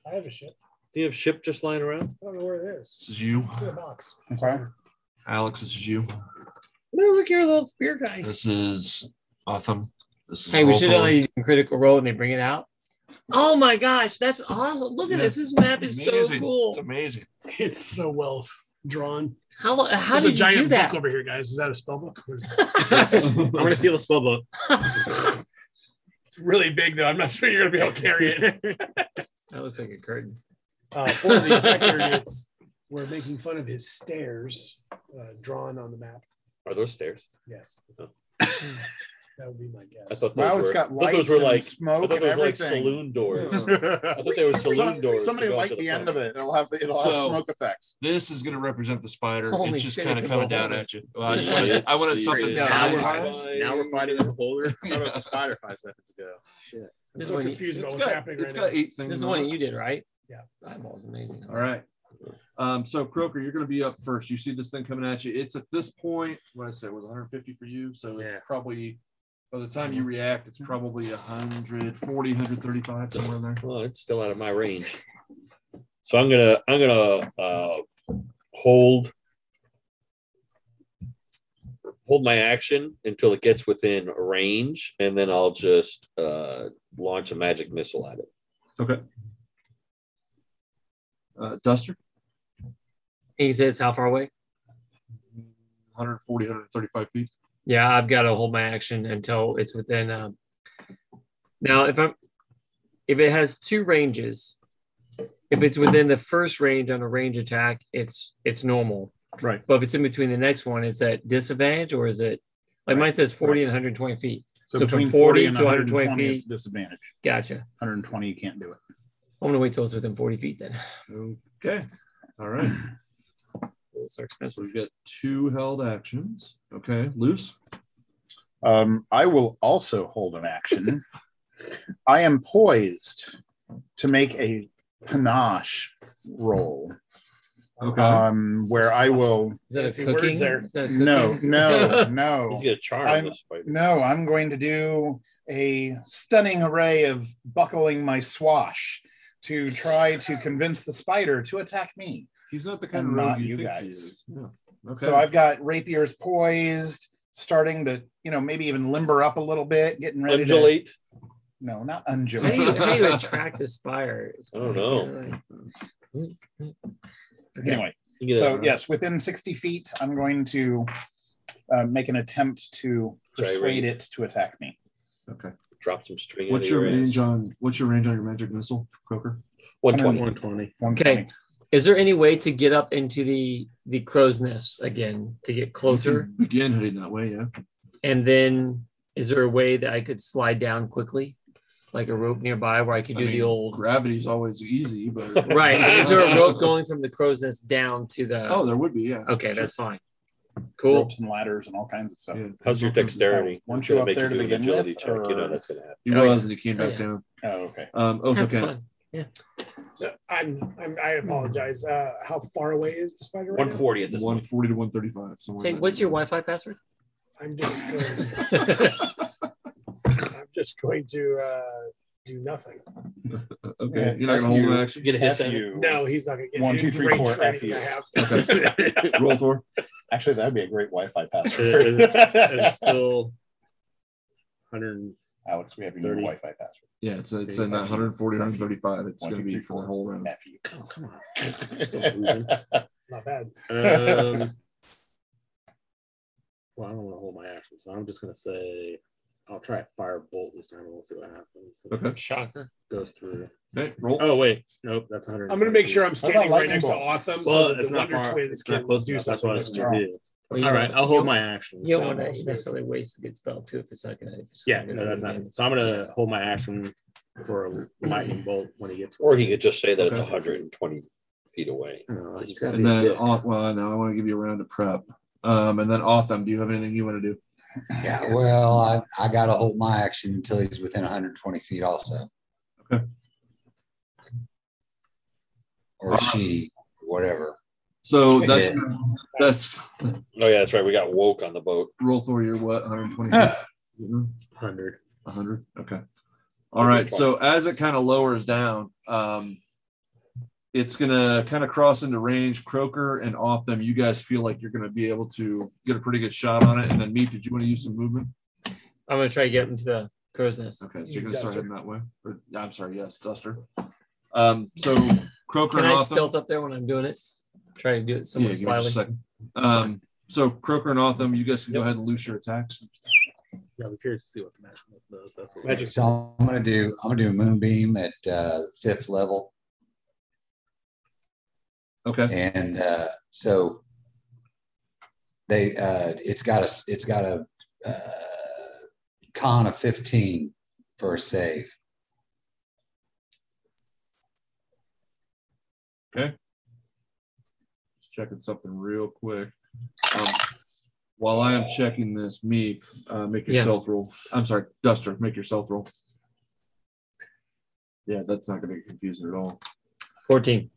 I have a ship. Do you have ship just lying around? I don't know where it is. This is you, It's in a box. Okay. Alex. This is you. Look, you're a little beer guy. This is Otham. This is Hey, we should Roltham. only do critical role and they bring it out. Oh my gosh, that's awesome. Look at this. This map is so Amazing. It's cool. amazing. It's so well drawn. How, how There's did a you giant do that? book over here, guys. Is that a spell book? Or is- I'm going to steal the spell book. that It's really big, though. I'm not sure you're going to be able to carry it. looks like a curtain. Uh, for the record, it's, we're making fun of his stairs uh, drawn on the map. Are those stairs? Yes. Oh. That would be my guess. I thought those Wow, were, it's got I thought lights those were and like I smoke thought and those were like everything. saloon doors. Yeah. I thought they were saloon doors. Somebody to go like to the end of front. it. It'll have it'll So- have smoke effects. This is going to represent the spider. Holy it's just shit, kind of it's a coming little down bit. at you. Well, I just Yeah. wanted, I wanted Let's something. see. Yeah, size- now we're- size- Now we're fighting in the holder. I thought it was a spider five seconds ago. I'm This so one, confused about It's what's got- happening it's right got now. eight this things. is the on one it. you did, right? Yeah. That ball's amazing. All right. Um, so Croker, you're going to be up first. You see this thing coming at you. It's at this point. What I say was 150 for you, so it's Yeah. probably by the time you react, it's probably 140, 135 somewhere in there. Well, it's still out of my range. So I'm gonna I'm gonna uh, hold hold my action until it gets within range, and then I'll just uh, launch a magic missile at it. Okay. Uh, Duster, And you said it's how far away? 140, 135 feet. Yeah, I've got to hold my action until it's within. Um... Now, if I'm, if it has two ranges, if it's within the first range on a range attack, it's it's normal. Right. But if it's in between the next one, it's at disadvantage, or is it like mine says forty and one hundred twenty feet? So, from forty, to one hundred twenty It's feet. a disadvantage. Gotcha. Hundred and twenty, you can't do it. I'm gonna wait till it's within forty feet then. Okay. All right. Those So are expensive. we've got two held actions. Okay. Loose. Um, I will also hold an action. I am poised to make a panache roll. Okay. Uh-huh. Um, where I will Is that a Fancy cooking? words there. Is that a cooking? no, no, no. He's gonna charm I'm- this spider. No, I'm going to do a stunning array of buckling my swash to try to convince the spider to attack me. He's not the kind and of rogue not you, you think he guys. is. No. Okay. So I've got rapiers poised, starting to, you know, maybe even limber up a little bit, getting ready to. Undulate. No, not How do you, undulate. how do you attract the spire? I don't know. anyway, You get so a- yes, within 60 feet, I'm going to uh, make an attempt to Try persuade range. it to attack me. okay. drop some string. What's out of your ass. range on what's your range on your magic missile, Croker? 120. 120. 120. Is there any way to get up into the the crow's nest again to get Mm-hmm. closer? Begin heading that way, yeah. And then is there a way that I could slide down quickly, like a rope nearby where I could I do mean, the old gravity's always easy, but right? Is there a rope going from the crow's nest down to the? Oh, there would be, yeah. okay, that's fine. Cool. Ropes and ladders and all kinds of stuff. Yeah. How's your dexterity? Weren't It's gonna you up make there to do an begin agility with, check. You know or- that's gonna happen. He Oh, yeah. was and he came Oh, back yeah. down. Oh, okay. Um oh, Have okay. fun. So I'm, I'm, I apologize. Uh, how far away is the spider? Right now? 140 at this point. 140 to 135. Somewhere Hey, in that what's your neighborhood. Wi-Fi password? I'm just going to, I'm just going to uh, do nothing. Okay, you're not F gonna hold you. an action. Get a hiss F at it. you. No, he's not going to get One, it. two, three, Great four, training F you. I have. Roll Tor. Actually, that'd be a great Wi-Fi Is password. it- is it still 100. Alex, we have your new 30. Wi-Fi password. Yeah, it's it's in 140, 135. It's gonna be for the whole round. F you. Oh, come on. It's not bad. Um, well, I don't want to hold my action, so I'm just going to say I'll try a fire bolt this time and we'll see what happens. If Okay. it Shocker. goes through. Okay, roll. Oh, wait, nope, that's 100. I'm going to make sure I'm standing right lightning next bolt? to Autumn so Well, that it's the not Wonder far. Twins It's not can close do enough. That's what I was something. going to do. All right, I'll hold my action. You Yeah, don't want that's to good. necessarily waste a good spell too if it's not going to. Yeah, no, that's not. So I'm gonna hold my action for a lightning bolt when he gets. Or he could just say that it's Okay. 120 feet away. No, he's gotta And be a then dick. off. Well, no, I want to give you a round of prep. Um, and then Autumn, do you have anything you want to do? Yeah, well, I, I got to hold my action until he's within 120 feet, also. Okay. Or she, whatever. So that's Yeah. that's Oh yeah, that's right. We got woke on the boat. roll for your what 120. Mhm. Hundred. 100 okay all right so as it kind of lowers down um it's gonna kind of cross into range croaker and off them you guys feel like you're gonna be able to get a pretty good shot on it and then meet did you want to use some movement I'm going to try to get him to the crow's nest. okay so you're You gonna start duster. heading that way or i'm sorry yes duster um so croaker Can and I off them stealth up there when I'm doing it? Try to do it yeah, somewhat give me just a slyly. second. um so croaker and off them you guys can go ahead and loose your attacks Yeah, I'm curious to see what the magic missile does. That's what Magic. So I'm gonna do I'm gonna do a moonbeam at uh, fifth level, okay and uh, so they uh, it's got a it's got a uh, con of 15 for a save. just checking something real quick. Um, while I am checking this, me, uh, make your Yeah. stealth roll. I'm sorry, Duster, make your stealth roll. Yeah, that's not going to get confusing at all. 14.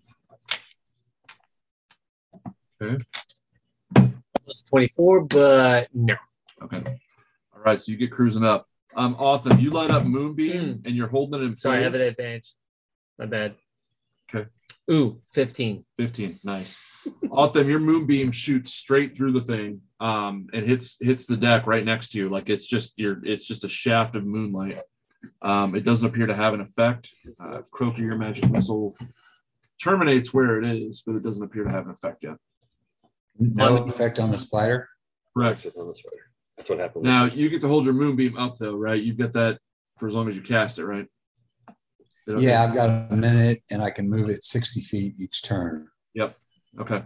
Okay. Plus 24, but no. Okay. All right, so you get cruising up. Um, Autumn, you light up Moonbeam and you're holding it in place. Sorry, Hmm. I have an advantage. My bad. Okay. Ooh, 15. 15 nice Autumn, your moonbeam shoots straight through the thing um and hits hits the deck right next to you like it's just your it's just a shaft of moonlight um it doesn't appear to have an effect uh, croaker your magic missile terminates where it is but it doesn't appear to have an effect yet No effect on the spider. correct Access on the spider. That's what happened. now you get to hold your moonbeam up though right you've got that for as long as you cast it right Okay. Yeah, I've got a minute, and I can move it 60 feet each turn. okay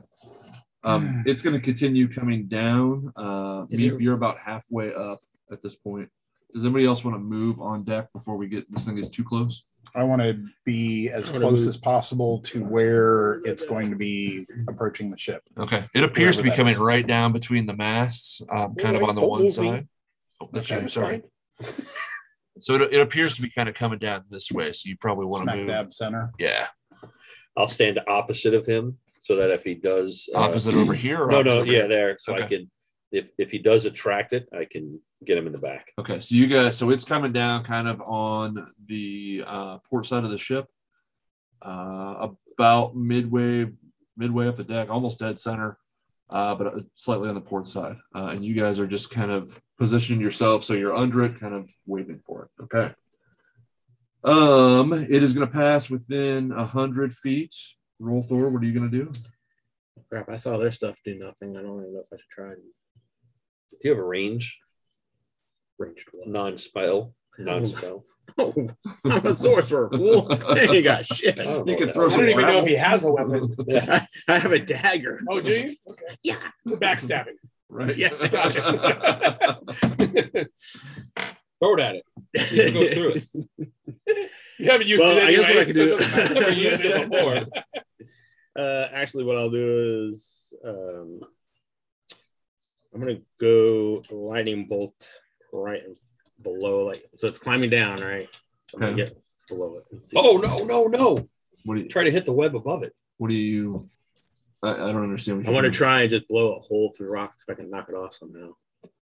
um it's going to continue coming down uh Is Meep, it- you're about halfway up at this point does anybody else want to move on deck before we get this thing is too close I want to be as I wanna close move. as possible to where it's going to be approaching the ship. okay it appears to be coming right down between the masts um, kind of on the Don't one move me. side. oh, that's you, sorry. so it, it appears to be kind of coming down this way so you probably Smack dab center. yeah I'll stand opposite of him so that if he does uh, over here No, no, yeah, there. So I Okay. can, if if he does attract it, I can get him in the back. Okay, so you guys, so it's coming down kind of on the uh, port side of the ship, uh, about midway, midway up the deck, almost dead center, uh, but slightly on the port side. Uh, and you guys are just kind of positioning yourself so you're under it, kind of waiting for it. Okay. Um, it is going to pass within a hundred feet. Roll Thor, what are you going to do? Crap! I saw their stuff do nothing. I don't even know if I should try. Do you have a range? Ranged non-spell, non-spell. Oh, I'm a sorcerer. Cool. you got shit. I don't You know can what throw I don't that- some even know gravel. if he has a weapon. I have a dagger. Oh, do you? Okay. Yeah. The backstabbing. Right. Yeah, gotcha. Throw it at it. See if it goes through it. You haven't used Well, it I guess what anyway, I can so it do- doesn't matter. Never used it before. Uh, actually, what I'll do is um, I'm gonna go lightning bolt right below, like so. It's climbing down, right? So I'm gonna Okay. get below it. And see. Oh no, no, no! What do you? Try to hit the web above it. What do you? I, I don't understand. What I you want to mean. try and just blow a hole through rocks if I can knock it off somehow.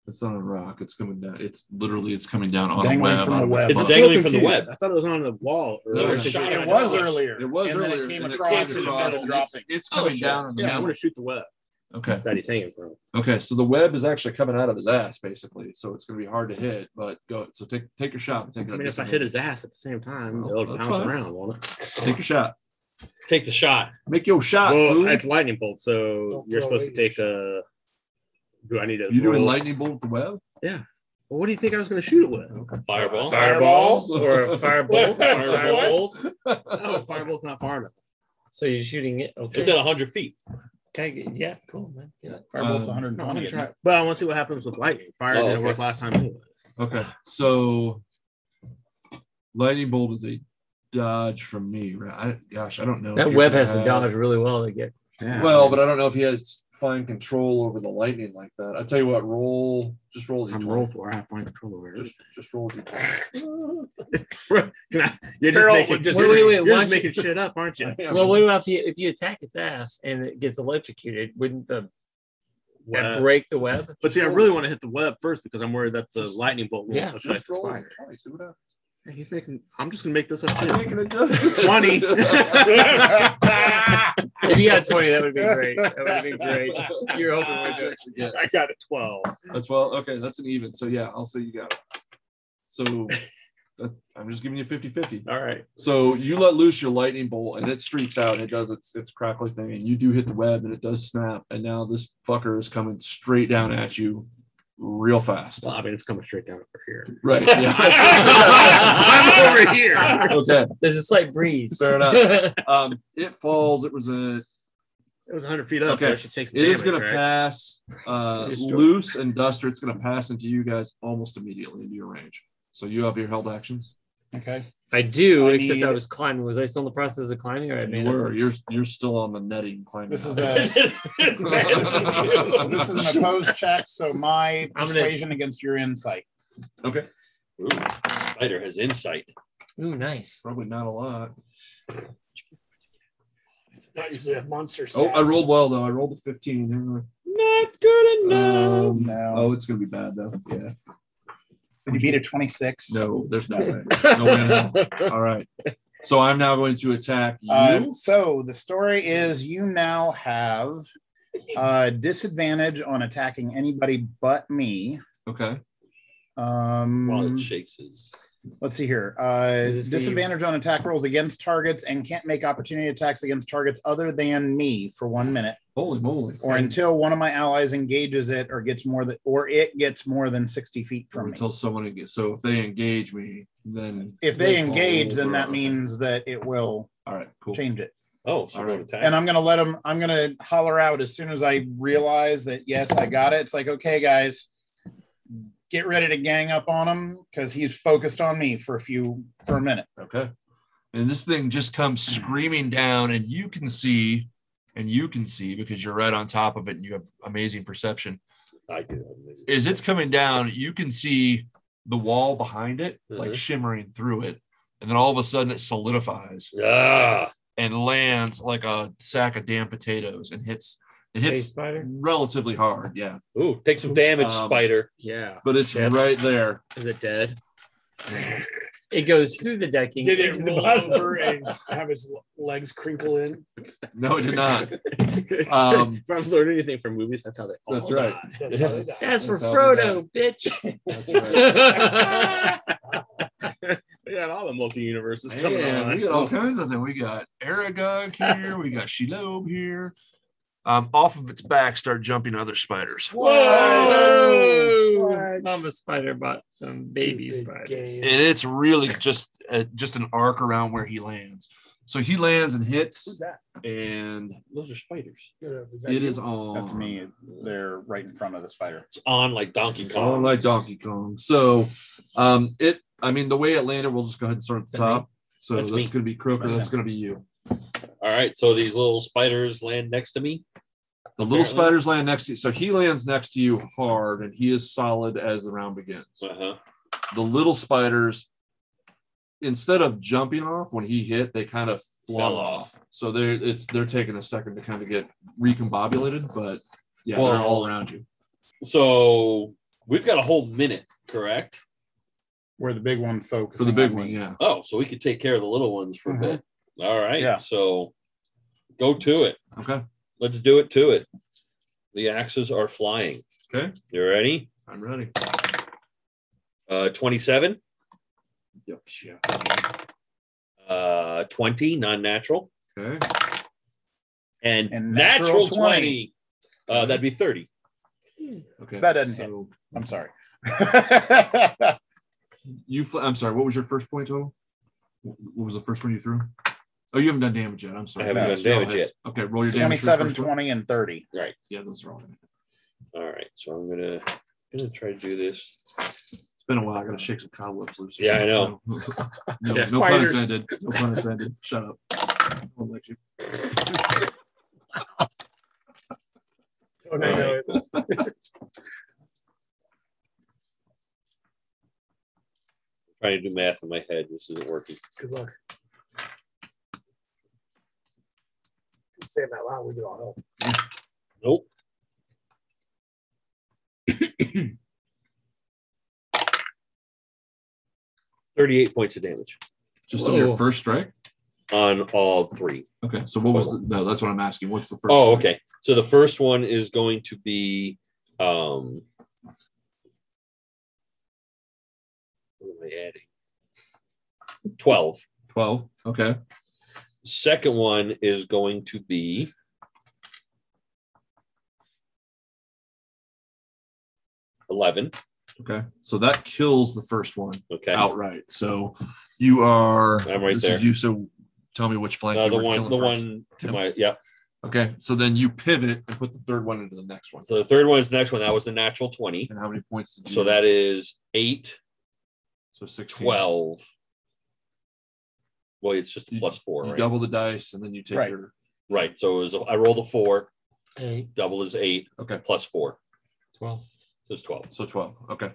It's not a rock. It's coming down. It's literally it's coming down on Dangling a web. from on a web. bunch of bugs. It's I'm so dangling from the confused. web. I thought it was on the wall. No, earlier. it's Should shot- be it on the was wall. earlier. It was And then it earlier. came and it across comes and it's across, kinda and it's- dropping. It's Oh, coming shit. down. on the Yeah, I'm web. gonna shoot the web Okay. that he's hanging from. Okay. So the web is actually coming out of his ass, basically. So it's going to be hard to hit. But go. So take take your shot. and Take it I mean, if I hit his ass at the same time, Well, it'll Oh, that's bounce fine. around, won't it? Take your shot. Take the shot. Make your shot. Well, fool. it's lightning bolt, so Don't you're throw supposed to away take a. Do I need to? you doing roll- lightning bolt with the web? Well, what do you think I was going to shoot it with? Fireball. Fireball? or a firebolt? Firebolt? Oh, fireball's not far enough. So you're shooting it. Okay. It's at 100 feet. okay. Yeah. Cool, man. Yeah. Firebolt's Um, 120. No, I'm gonna isn't it? try. But I want to see what happens with lightning. Fire Oh, didn't okay. work last time, anyways. Okay, so lightning bolt is a dodge from me, right? I, gosh, I don't know. if That you web can has to have- dodge really well to get. Yeah. Well, but I don't know if he has fine control over the lightning like that. I tell you what, roll. Just roll. a I'm d20. roll for. it. I have fine control over it. Just, just roll. a d20. Can I- you're just Feral making, would just- you're Wait, wait, wait, just watch making shit up, aren't you? Well, what about if you if you attack its ass and it gets electrocuted? Wouldn't the that Web. break the web? Uh, But see, I really want to hit the web first because I'm worried that the lightning bolt will Yeah, affect the Just roll. a spider. d20, See what happens. Hey, He's making. I'm just gonna make this up You're too. making a judgment. Twenty. If you got twenty, that would be great. That would have been great. You're hoping we're good. Yeah, I got a twelve. that's well. Okay, that's an even. So yeah, I'll say you got it. So that, I'm just giving you 50-50. All right. So you let loose your lightning bolt and it streaks out and it does its its crackly thing and you do hit the web and it does snap and now this fucker is coming straight down at you real fast. Well, I mean, it's coming straight down over here. Right. Yeah. I'm over here. okay. There's a slight breeze. Fair enough. Um it falls. It was a It was 100 feet up, Okay. so it should take some it is damage, gonna right? pass uh Good story. loose and duster. It's gonna pass into you guys almost immediately into your range. So you have your held actions. Okay. I do, I except need- I was climbing. Was I still in the process of climbing, or I You mean, were you're you're still on the netting climbing. This is out. a this is, this is an opposed check, so my I'm gonna- persuasion against your insight. okay. Ooh, spider has insight. ooh, nice. Probably not a lot. Not usually a monster. Oh, stat. I rolled well though. I rolled a 15. Never mind. Not good enough. Um, No. Oh, it's gonna be bad though. Yeah. You beat a 26. No, there's no way. No way. in hell. All right. So I'm now going to attack you. Uh, so the story is you now have uh, disadvantage on attacking anybody but me. okay. Um, While Mm. it shakes his. let's see here. Uh, Does this mean- disadvantage on attack rolls against targets and can't make opportunity attacks against targets other than me for one minute, Holy moly. or until one of my allies engages it or gets more than or it gets more than sixty feet Or from me. until someone engages. So if they engage me, then If they fall engage, then over. that means that it will All right. Cool. change it. Oh, so All roll right. attack. and I'm gonna let them. I'm gonna holler out as soon as I realize that yes, I got it. It's like, okay, guys, get ready to gang up on him because he's focused on me for a few for a minute. Okay. And this thing just comes screaming down, and you can see, and you can see because you're right on top of it, and you have amazing perception. I do. have amazing. as it's coming down, you can see the wall behind it, like Mhm. shimmering through it. And then all of a sudden it solidifies Ah, and lands like a sack of damn potatoes and hits it Hey, hits spider. relatively hard, yeah. ooh, take some damage, Um, spider. Yeah. But it's Shit. right there. Is it dead? It goes through the decking. Did it into the roll bottom. over and have his legs crinkle in? No, it did not. Um, Um, if I've learned anything from movies, that's how they all That's right. die. That's how they die. That's for That's all we Frodo, bitch. That's right. That's We got all the multi universes coming Man, on. we got all kinds of things. We got Aragog here, we got Shelob here. Um, off of its back start jumping other spiders. Whoa! What? Mama spider bought some baby Stupid spiders. game. and it's really just uh, just an arc around where he lands. So he lands and Who's hits, that? and Those are spiders. No, no, is that it you? is on. That's me. They're right in front of this fighter. It's on like Donkey It's on Kong. like Donkey Kong. So, um, it. I mean, the way it landed, we'll just go ahead and start at the That's me. top. So that's, That's me. going to be Croaker. That's going to be you. All right, so these little spiders land next to me. The little Apparently. spiders land next to you. So he lands next to you hard, and he is solid as the round begins. Uh-huh. The little spiders, instead of jumping off when he hit, they kind of flung Fell off. So they're it's they're taking a second to kind of get recombobulated, but yeah, Well- they're all around you. So We've got a whole minute, correct? Where the big one focuses. For the big on one, me. yeah. Oh, so we could take care of the little ones for a bit. All right. Mm-hmm. Yeah. So go to it. Okay. Let's do it to it. The axes are flying. Okay. You ready? I'm ready. Uh, 27, Yep. Yeah. uh, 20, non natural, Okay. and, And natural, natural 20. Uh, that'd be 30. Okay. That doesn't hit. So I'm sorry. you. Fl- I'm sorry. What was your first point total? Wh- What was the first one you threw? Oh, you haven't done damage yet. I'm sorry. I haven't Yeah, done so go damage ahead. yet. Okay. Roll your damage. for your 27, first one. 20, and 30. Yeah, those are all. in it. All right. So I'm going to gonna try to do this. It's been a while. I gotta shake some cobwebs loose. Yeah, I know. no, no pun Spiders. intended. No pun intended. Shut up. I won't let you. Oh, no, no, it- trying to do math in my head. This isn't working. Good luck. Say that loud. We do all help. Nope. Thirty-eight points of damage Just on your Whoa. first strike. on all three. Okay. So what was the, no? That's what I'm asking. What's the first? Oh, strike? okay. So the first one is going to be um what am I adding? Twelve. Twelve. Okay. Second one is going to be eleven. Okay. So that kills the first one Okay. outright. So you are. I'm right this there. Is you. So tell me which flank. No, you the were one, killing the first. one to Yep. my, yeah. Okay. So then you pivot and put the third one into the next one. So the third one is the next one. That was the natural 20. And how many points did you? So that is 8, so six 12. Well, it's just a plus four, You right? double the dice and then you take Right. your. Right. So it was, I rolled a four, Eight, double is eight, Okay. plus four. twelve. So it's 12. So twelve. Okay.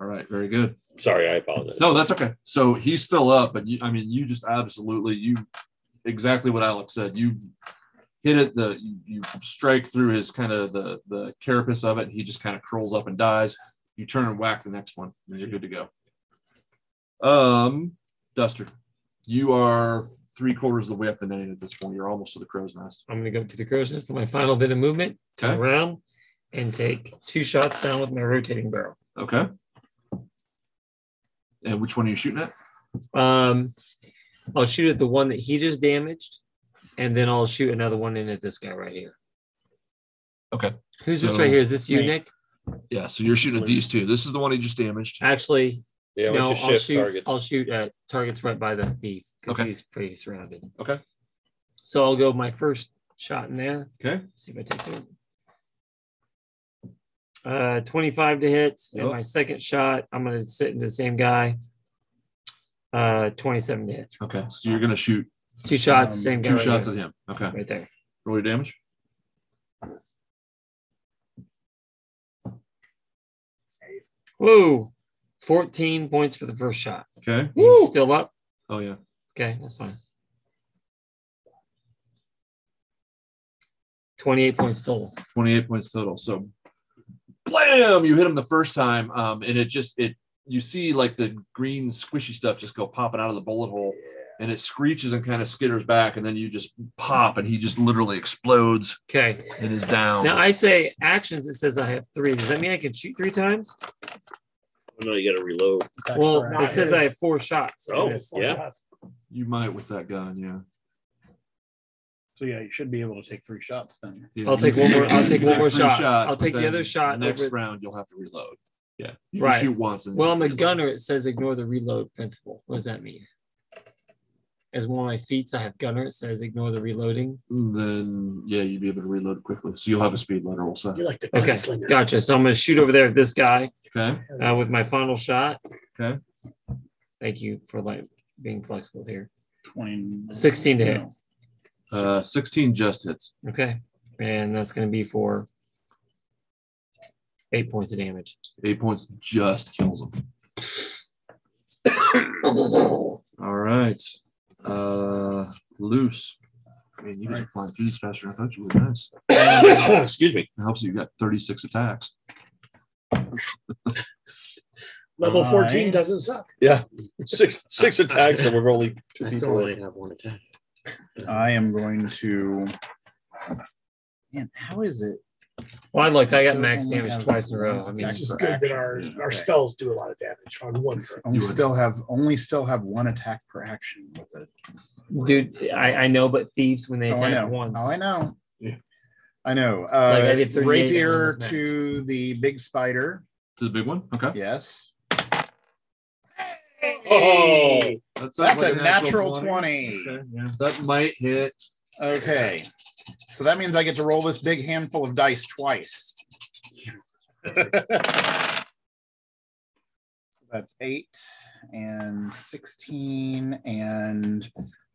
All right. Very good. Sorry, I apologize. No, that's okay. So he's still up, but you, I mean, you just absolutely you exactly what Alex said. You hit it the you, you strike through his kind of the the carapace of it. And he just kind of curls up and dies. You turn and whack the next one, and you're good to go. Um, Duster, you are three quarters of the way up the name at this point. You're almost to the crow's nest. I'm gonna go to the crow's nest. My final bit of movement, turn Okay. around, and take two shots down with my rotating barrel. Okay. And which one are you shooting at? Um, I'll shoot at the one that he just damaged, and then I'll shoot another one in at this guy right here. Okay. Who's this So- right here? Is this you, Me. Nick? Yeah. So you're shooting at these two. This is the one he just damaged. Actually, Yeah, I no. went I'll to shift shoot. targets. I'll shoot at targets right by the thief because Okay. he's pretty surrounded. Okay. So I'll go my first shot in there. Okay. See if I take it. Uh, 25 to hit. And Yep. my second shot, I'm going to sit into the same guy. Uh, 27 to hit. Okay. So you're gonna shoot Two shots, Um, same guy. Two right shots there. at him. Okay. right there. Roll your damage. Whoa. 14 points for the first shot. Okay. He's still up. Oh yeah. Okay, that's fine. 28 points total. 28 points total. So blam, you hit him the first time. Um, and it just it you see like the green squishy stuff just go popping out of the bullet hole and it screeches and kind of skitters back, and then you just pop and he just literally explodes Okay. and is down. Now I say actions. It says I have three. Does that mean I can shoot three times? no, you got to reload. That's Well, correct. it says I have four shots. Oh, yeah. you might with that gun, yeah. So, yeah, you should be able to take three shots then. Yeah, I'll you take can one more- I'll you take can one more three shot. shots, I'll but take the then other shot Next over- round, you'll have to reload. Yeah, you Right. can shoot once. And Well, I'm a reload. gunner. It says ignore the reload principle. What does that mean? As one of my feats, I have gunner. It says ignore the reloading. Then yeah, you'd be able to reload quickly. So you'll have a speed letter also. You're like the Okay, gunslinger. gotcha. So I'm going to shoot over there at this guy Okay. uh, with my final shot. Okay. Thank you for like being flexible here. 20, 16 to hit. no. Uh, 16 just hits. Okay, and that's going to be for eight points of damage. Eight points just kills him. All right. Uh, loose. Man, you guys are flying through these faster than I thought you would. Nice. Excuse me. It helps that you got 36 attacks. Level All 14 right. doesn't suck. Yeah, six six attacks, and we're only two I people. still only in. have one attack. I am going to. Man, how is it? Well, I looked. I got Still max only damage have twice in a row. I mean, It's just for good action. that our, our Okay. spells do a lot of damage on one turn. Only still have only still have one attack per action with it. dude, I, I know, but thieves when they Oh, I attack know. once. Oh, I know. Yeah. I know. Like, I Uh, did 38 and it rapier was max. to the big spider. To the big one. Okay. Yes. Hey! That sounds That's like a natural 20. Okay, yeah. That might hit. Okay. So that means I get to roll this big handful of dice twice. That's eight and 16 and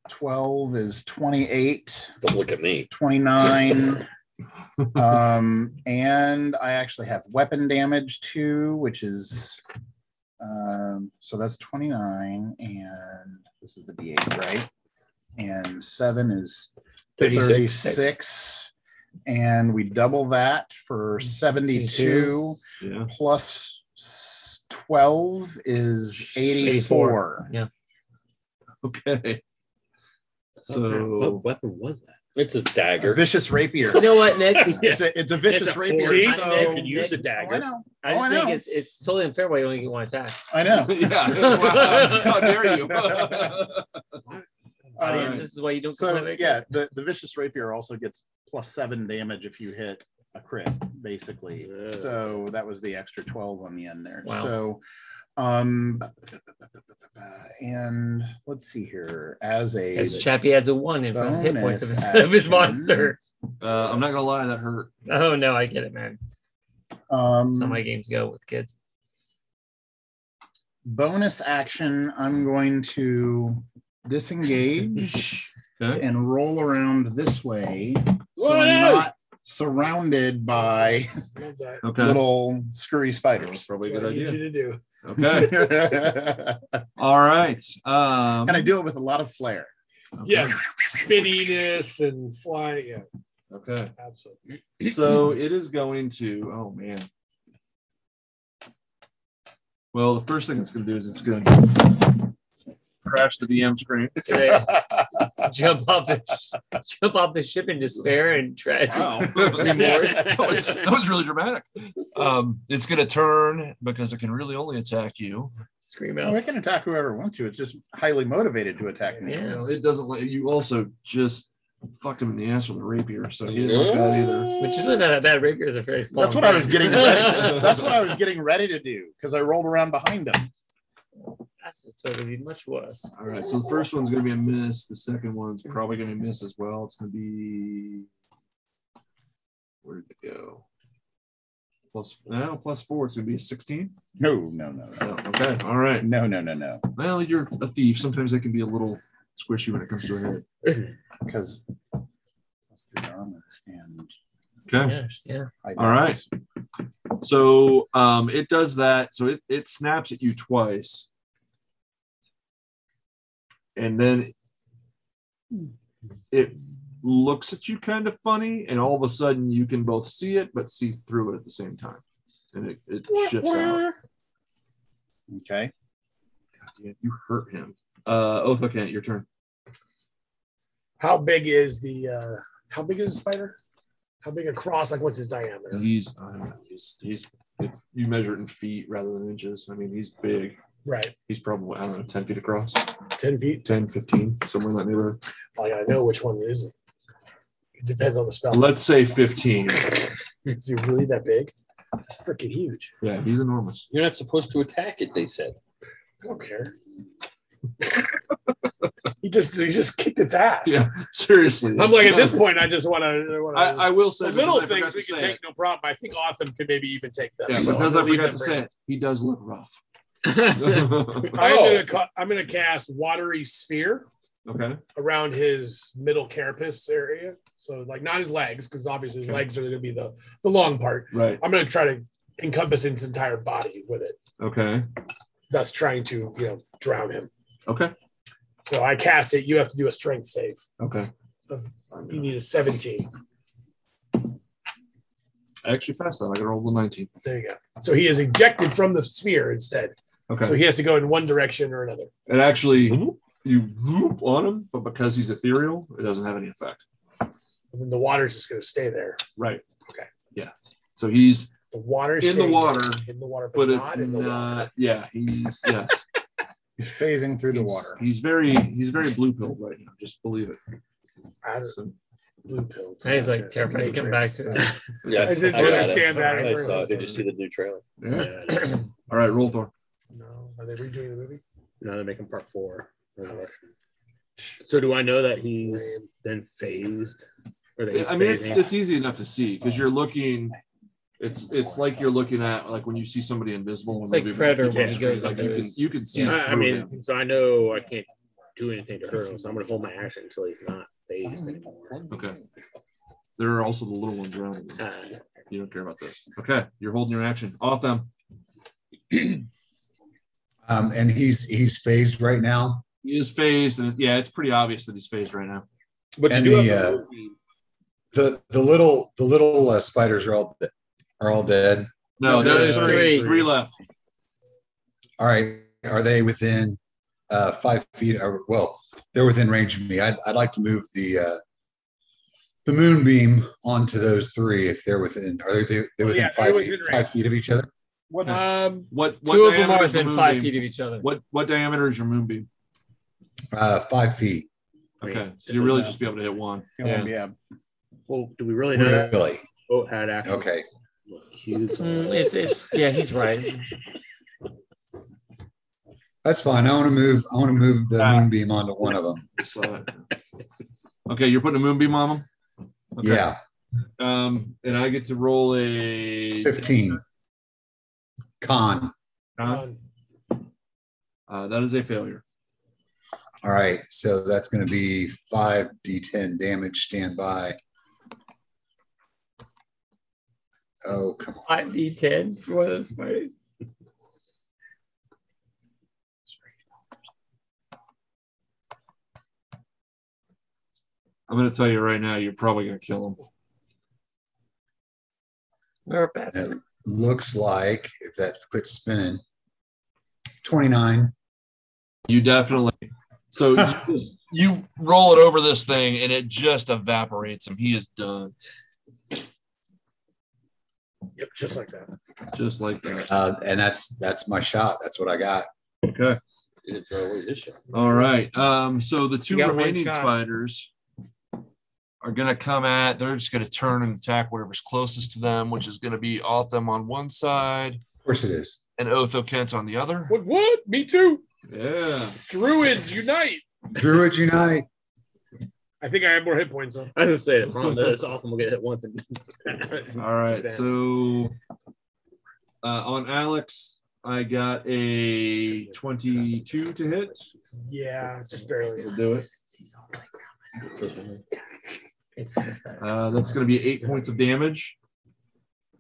12 is 28, Don't look at me. 29. um, and I actually have weapon damage too, which is um, so that's 29, and this is the D8, right? And seven is 36. 36 and we double that for Mm-hmm. 72 Yeah. plus s- 12 is 84 Okay. What So weapon was that? It's a A dagger. vicious rapier You know what, Nick? it's, a, it's a vicious It's a rapier forty. I so know. You could use a Oh, i dagger. know I Oh, just I think know. it's it's totally unfair why you only get one attack. i know yeah. Wow. How dare you? Uh, Audience, Uh, this is why you don't so complain. yeah the, the vicious rapier also gets plus seven damage if you hit a crit basically Yeah. so that was the extra 12 on the end there Wow. so um and let's see here as a As Chappie adds a one in front of hit points of his, Bonus of his action. monster. Uh, I'm not gonna lie, that hurt. Oh no, I get it, man. um That's how my Mm. games go with kids. bonus action i'm going to disengage Okay. and roll around this way so What i'm up? not surrounded by Love that. Okay. little scurry spiders That's probably a That's good what I idea. need you to do. Okay. and All right. Um, i do it with a lot of flair okay. Yes, spinniness and flying. Yeah, Okay. absolutely. So it is going to. Oh man. Well, the first thing it's going to do is it's going to crash the DM screen. Today, jump off the jump off the ship in despair and try. Wow. that, was, that was really dramatic. Um, it's going to turn because it can really only attack you. Scream Oh, out. it can attack whoever wants to it's just highly motivated to attack me Yeah. You know, it doesn't let you also just fucked him in the ass with a rapier. So he didn't like that either. Which is really not a bad rapier is a very small. that's what i was thing. getting ready that's what i was getting ready to do because i rolled around behind him That's so it would be much worse. All right. So the first one's going to be a miss. The second one's probably going to miss as well. It's going to be. Where did it go? Plus, no, plus four. It's going to be a 16. no no no no Oh, okay. All right. no no no no Well, you're a thief. Sometimes they can be a little squishy when it comes to a head. because plus three armor and Okay. Yeah, yeah. I All right. So um, it does that. So it, it snaps at you twice. And then it looks at you kind of funny. And all of a sudden, you can both see it, but see through it at the same time. And it, it shifts out. Okay. Yeah, You hurt him. Uh, Otho Kent, your turn. How big is the? uh How big is the spider? How big a cross? Like, what's his diameter? He's, I don't know, he's, he's it's, you measure it in feet rather than inches. I mean, he's big. Right, He's probably, I don't know, 10 feet across, ten feet. 10, 15, somewhere in that neighborhood. I gotta know which one it is. It depends on the spell. Let's say 15. Is he really that big? That's freaking huge. Yeah, he's enormous. You're not supposed to attack it. They said. I don't care. he just he just kicked its ass. Yeah, seriously. I'm that's- like at this point, I just want to. I, I will say the because middle I things forgot we to can say take it. no problem. I think Autumn could maybe even take them. Yeah, so because I I'll leave forgot them to for say now. it. He does look rough. I'm Oh. gonna ca- I'm gonna cast watery sphere okay. around his middle carapace area. So like not his legs, because obviously his legs are gonna be the the long part. Right. I'm gonna try to encompass his entire body with it, Okay. thus trying to you know drown him. Okay. So I cast it. You have to do a strength save. Okay. Of, you need a 17. I actually passed that. I got to roll the 19. There you go. So he is ejected from the sphere instead. Okay. So he has to go in one direction or another. It actually, you loop on him, but because he's ethereal, it doesn't have any effect. And then the water's just going to stay there. Right. Okay. Yeah. So he's The water's in the staying water, In the water, but, but not it's in the water. not. Yeah, he's yes. He's phasing through the He's- water. He's very he's very blue pill right now. Just believe it. I don't- So, blue pill. He's like terrified to come back to uh, Yeah, I didn't got it. understand that. I saw it. Did you see the new trailer? yeah. All right, roll Thor. No, are they redoing the movie? Now they're making part four. Oh, Resurrection. So do I know that he's then phased? Or that he's I mean, it's, phasing? it's easy enough to see because you're looking. It's it's like you're looking at like when you see somebody invisible. It's in a like movie, Predator but you when he can't- goes like under you can his- you can see. I, I through mean, him. so I know I can't do anything to hurt him, so I'm gonna hold my action until he's not phased anymore. okay. There are also the little ones around. him. Uh, You don't care about those. Okay, you're holding your action off them. Um, and he's he's phased right now. He is phased, and yeah, it's pretty obvious that he's phased right now. But you And do the, have uh, to move him. The the little the little uh, spiders are all de- are all dead. No, No, there's there's three, three. three left. All right, are they within uh, five feet? Or, well, they're within range of me. I'd, I'd like to move the uh, the moonbeam onto those three if they're within. Are they they're within yeah, they're five within feet, five feet of each other? What Um, What, what two of them are diameter is your within five moonbeam? feet of each other. What what diameter is your moonbeam? Uh, five feet. Okay, so it you really doesn't- just be able to hit one. yeah. Yeah. Well, do we really know that the Really? boat had actual Okay. cubes? on Mm, it? it's it's yeah, he's right. That's fine. I want to move. I want to move Uh, the Ah. moonbeam onto one of them. So- okay, you're putting a moonbeam on them. Okay. Yeah, Um, and I get to roll a fifteen. Con. Uh, that is a failure. All right, so that's going to be five d10 damage. Stand by. Oh come on! Five D ten for one of those parties. I'm gonna tell you right now, you're probably gonna kill him. We're back. It looks like if that quits spinning, twenty-nine. You definitely. So you, just- you roll it over this thing, and it just evaporates him. He is done, Yep, just like that. just like that. Uh, and that's that's my shot. That's what I got. Okay. Didn't throw away this shot. All right. Um, so the two You got one remaining shot. spiders are gonna come at. They're just gonna turn and attack whatever's closest to them, which is gonna be Otham on one side Of course it is. and Otho Kent on the other. What? What? Me too. Yeah. Druids unite. Druid unite. I think I have more hit points though. I was gonna say the problem is it's awesome. We'll get hit once. And All right. Damn. So uh, on Alex, I got a 22 to hit. Yeah, just barely. We'll do it. It's Uh, that's going to be eight points of damage.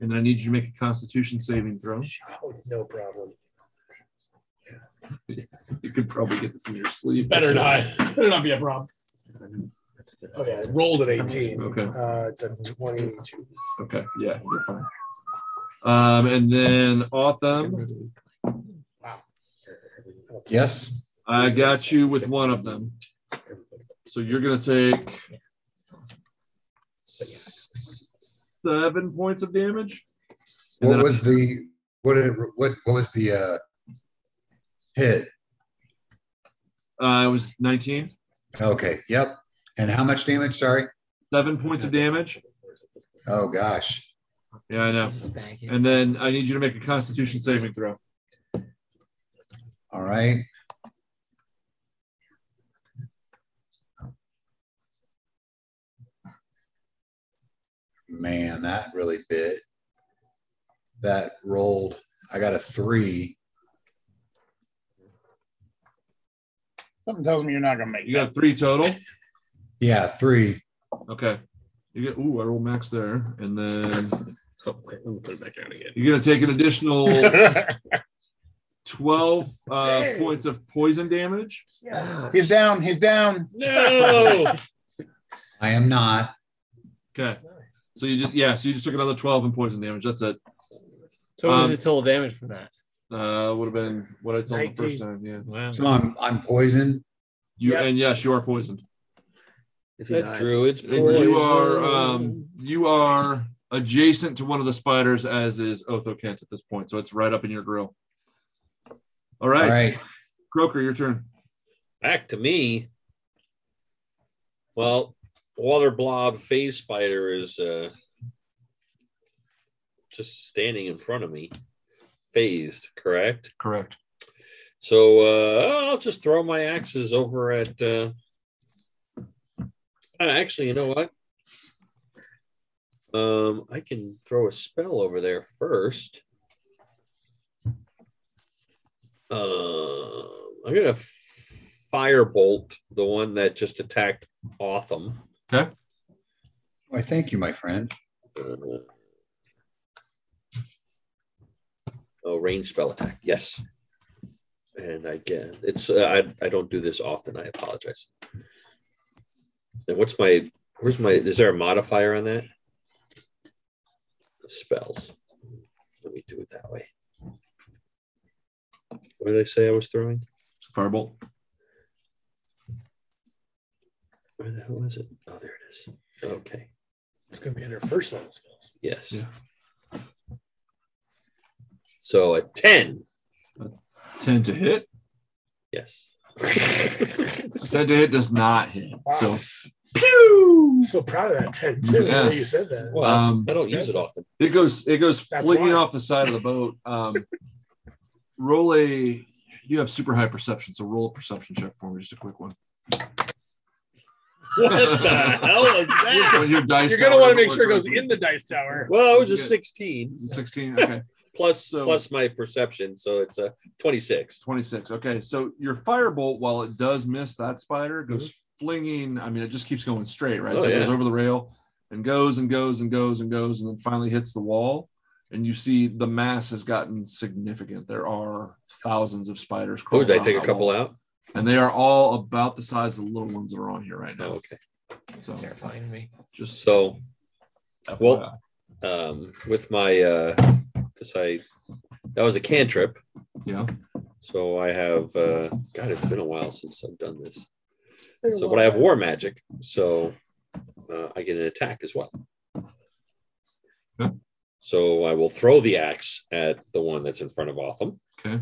And I need you to make a constitution saving throw. Oh, no problem. You could probably get this in your sleep. Better not. Better not be a problem. Okay, I rolled an 18. Okay. Uh, it's a 22. Okay. Yeah. You're fine. Um, and then Autumn, Yes. I got you with one of them. So you're going to take seven points of damage. And What then was the what? Did, what what was the uh, hit? Uh, it was 19. Okay. Yep. And how much damage? Sorry. Seven points of damage. Oh gosh. Yeah, I know. And then I need you to make a constitution saving throw. All right. Man, that really bit. That rolled. I got a three. Something tells me you're not going to make You it. got three total. Yeah, three. Okay. You get, ooh, I rolled max there. And then so, wait, let me put it back down again. you're going to take an additional 12 uh, Dang. points of poison damage. he's down. He's down. No. I am not. Okay. So you just yeah, so you just took another twelve in poison damage. That's it. So what was Um, his total damage from that? Uh, would have been what I told the 19. first time. Yeah. Wow. So I'm I'm poisoned. You Yep. and yes, you are poisoned. If he That dies. druid's And you are uh, um you are adjacent to one of the spiders, as is Othokent at this point. So it's right up in your grill. All right, All right. Croker, your turn. Back to me. Well, water blob phase spider is uh, just standing in front of me, phased, correct? Correct. So uh, I'll just throw my axes over at. Uh, uh, actually, you know what? Um, I can throw a spell over there first. Uh, I'm gonna firebolt the one that just attacked Otham. Why, thank you, my friend. Uh, oh, range spell attack. Yes. And I get it's. Uh, I I don't do this often. I apologize. And what's my? Where's my? Is there a modifier on that? Spells. Let me do it that way. What did I say I was throwing? Firebolt. Where the hell is it? Oh, there it is. Okay. It's going to be under first level spells. Yes. Yeah. So a ten. Ten to hit. Yes. Ten to hit does not hit. So I'm so proud of that 10 too. Yeah. the way you said that. Well, um, I don't use it often. It goes it goes That's flinging why. off the side of the boat. Um, roll a you have super high perception, so roll a perception check for me, just a quick one. What the hell is that? Your, your dice. You're going to tower doesn't want to make sure it work goes right. in the dice tower. Well, it was a Good. sixteen Is it Sixteen. Okay. plus So- plus my perception, so it's a twenty-six. 26. Okay. So your firebolt, while it does miss that spider, goes flinging. I mean, it just keeps going straight, right? Mm-hmm. Oh, so it goes yeah. over the rail and goes and goes and goes and goes and then finally hits the wall. And you see the mass has gotten significant. There are thousands of spiders. Oh, did crawling I take a that couple wall. out? And they are all about the size of the little ones that are on here right Oh, now. okay. It's So terrifying to me. just So Oh, well- FYI. um, with my uh, because I that was a cantrip, yeah. so I have uh, God, it's been a while since I've done this. So, but I have war magic, so uh, I get an attack as well. Yeah. So I will throw the axe at the one that's in front of Otham. Okay.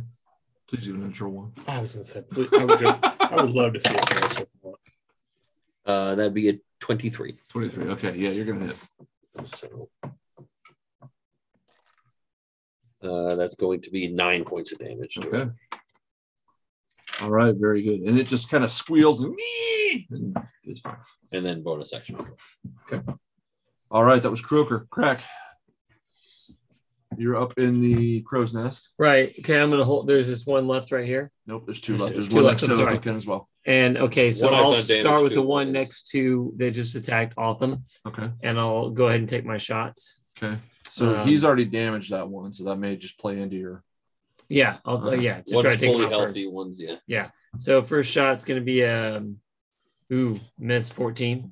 Please get an natural one. I was gonna say, please- I would just, I would love to see it. actually. Uh, that'd be a twenty-three. 23. Okay. Yeah. You're going to hit. So uh, that's going to be nine points of damage. To it. Okay. All right, very good. And it just kind of squeals and, and it's fine. And then bonus action. All right, that was Croaker. Crack. You're up in the crow's nest. Right. Okay, I'm gonna hold there's this one left right here. Nope, there's two left. There's, There's two one left, next I'm to sorry. the as well. And okay, so One I've I'll done damage start with to the one is- next to that just attacked Otham, Okay, and I'll go ahead and take my shots. okay. So Um, he's already damaged that one, so that may just play into your. Yeah, I'll Okay. yeah to try One's to take him fully out first. healthy. One's yeah. So first shot's gonna be um ooh, miss 14.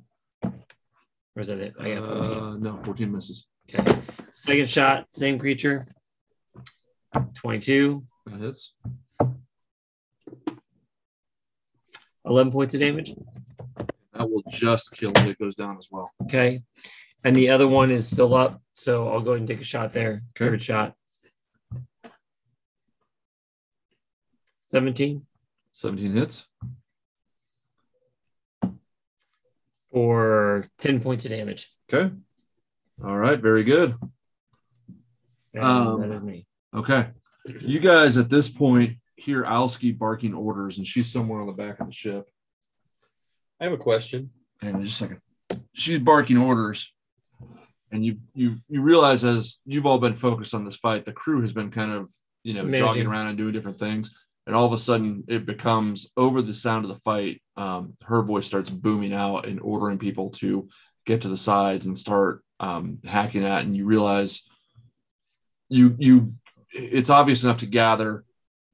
Where's that it? I got 14. Uh, no, 14 misses. okay. Second shot, same creature. 22, That hits. 11 points of damage. That will just kill it. It goes down as well. Okay. And the other one is still up. So I'll go ahead and take a shot there. Okay. Third shot. 17 17 hits. for 10 points of damage. Okay. All right, very good. And Um, that is me. Okay. You guys at this point hear Alski barking orders, and she's somewhere on the back of the ship. I have a question. And just a second. She's barking orders. And you you you realize as you've all been focused on this fight, the crew has been kind of, you know, Managing. jogging around and doing different things. And all of a sudden it becomes over the sound of the fight, um, her voice starts booming out and ordering people to get to the sides and start um, hacking at and you realize you you it's obvious enough to gather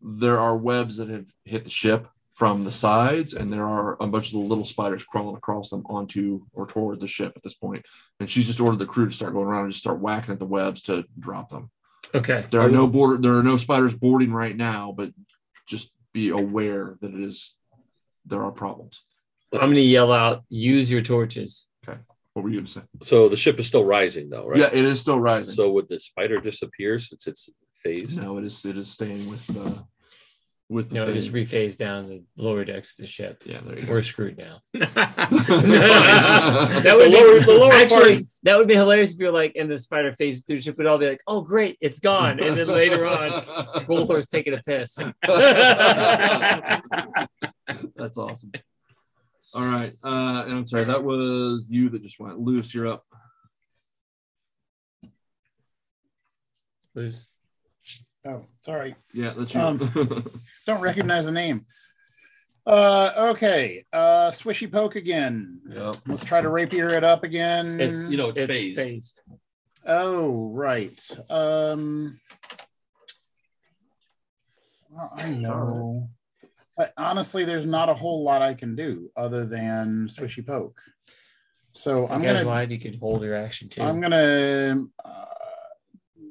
there are webs that have hit the ship from the sides, and there are a bunch of little spiders crawling across them onto or toward the ship at this point. And she's just ordered the crew to start going around and just start whacking at the webs to drop them. Okay. There are Oh. no board. There are no spiders boarding right now, but just be aware that it is. There are problems. I'm gonna yell out, use your torches. What were you going to say? So the ship is still rising, though, right? Yeah, it is still rising. So would the spider disappear since it's phased? no, it is. It is staying with the with the. No, thing. just rephase down the lower decks of the ship. yeah, there you go. We're screwed now. That that would The lower- be, the lower actually, party. that would be hilarious if you're like, and the spider phases through the ship, we'd all be like, oh, great, it's gone. And then later on, Goldthor's taking a piss. That's awesome. All right, uh, and I'm sorry that was you that just went loose. You're up. Loose. Oh, sorry. Yeah, that's you. Don't recognize the name. Uh, okay. Uh, swishy poke again. yep. Let's try to rapier it up again. It's You know, it's phased. Oh, right. Um, well, I know. But honestly, there's not a whole lot I can do other than swishy poke. So I'm I'm you guys gonna, live, you could hold your action too. I'm gonna. Uh,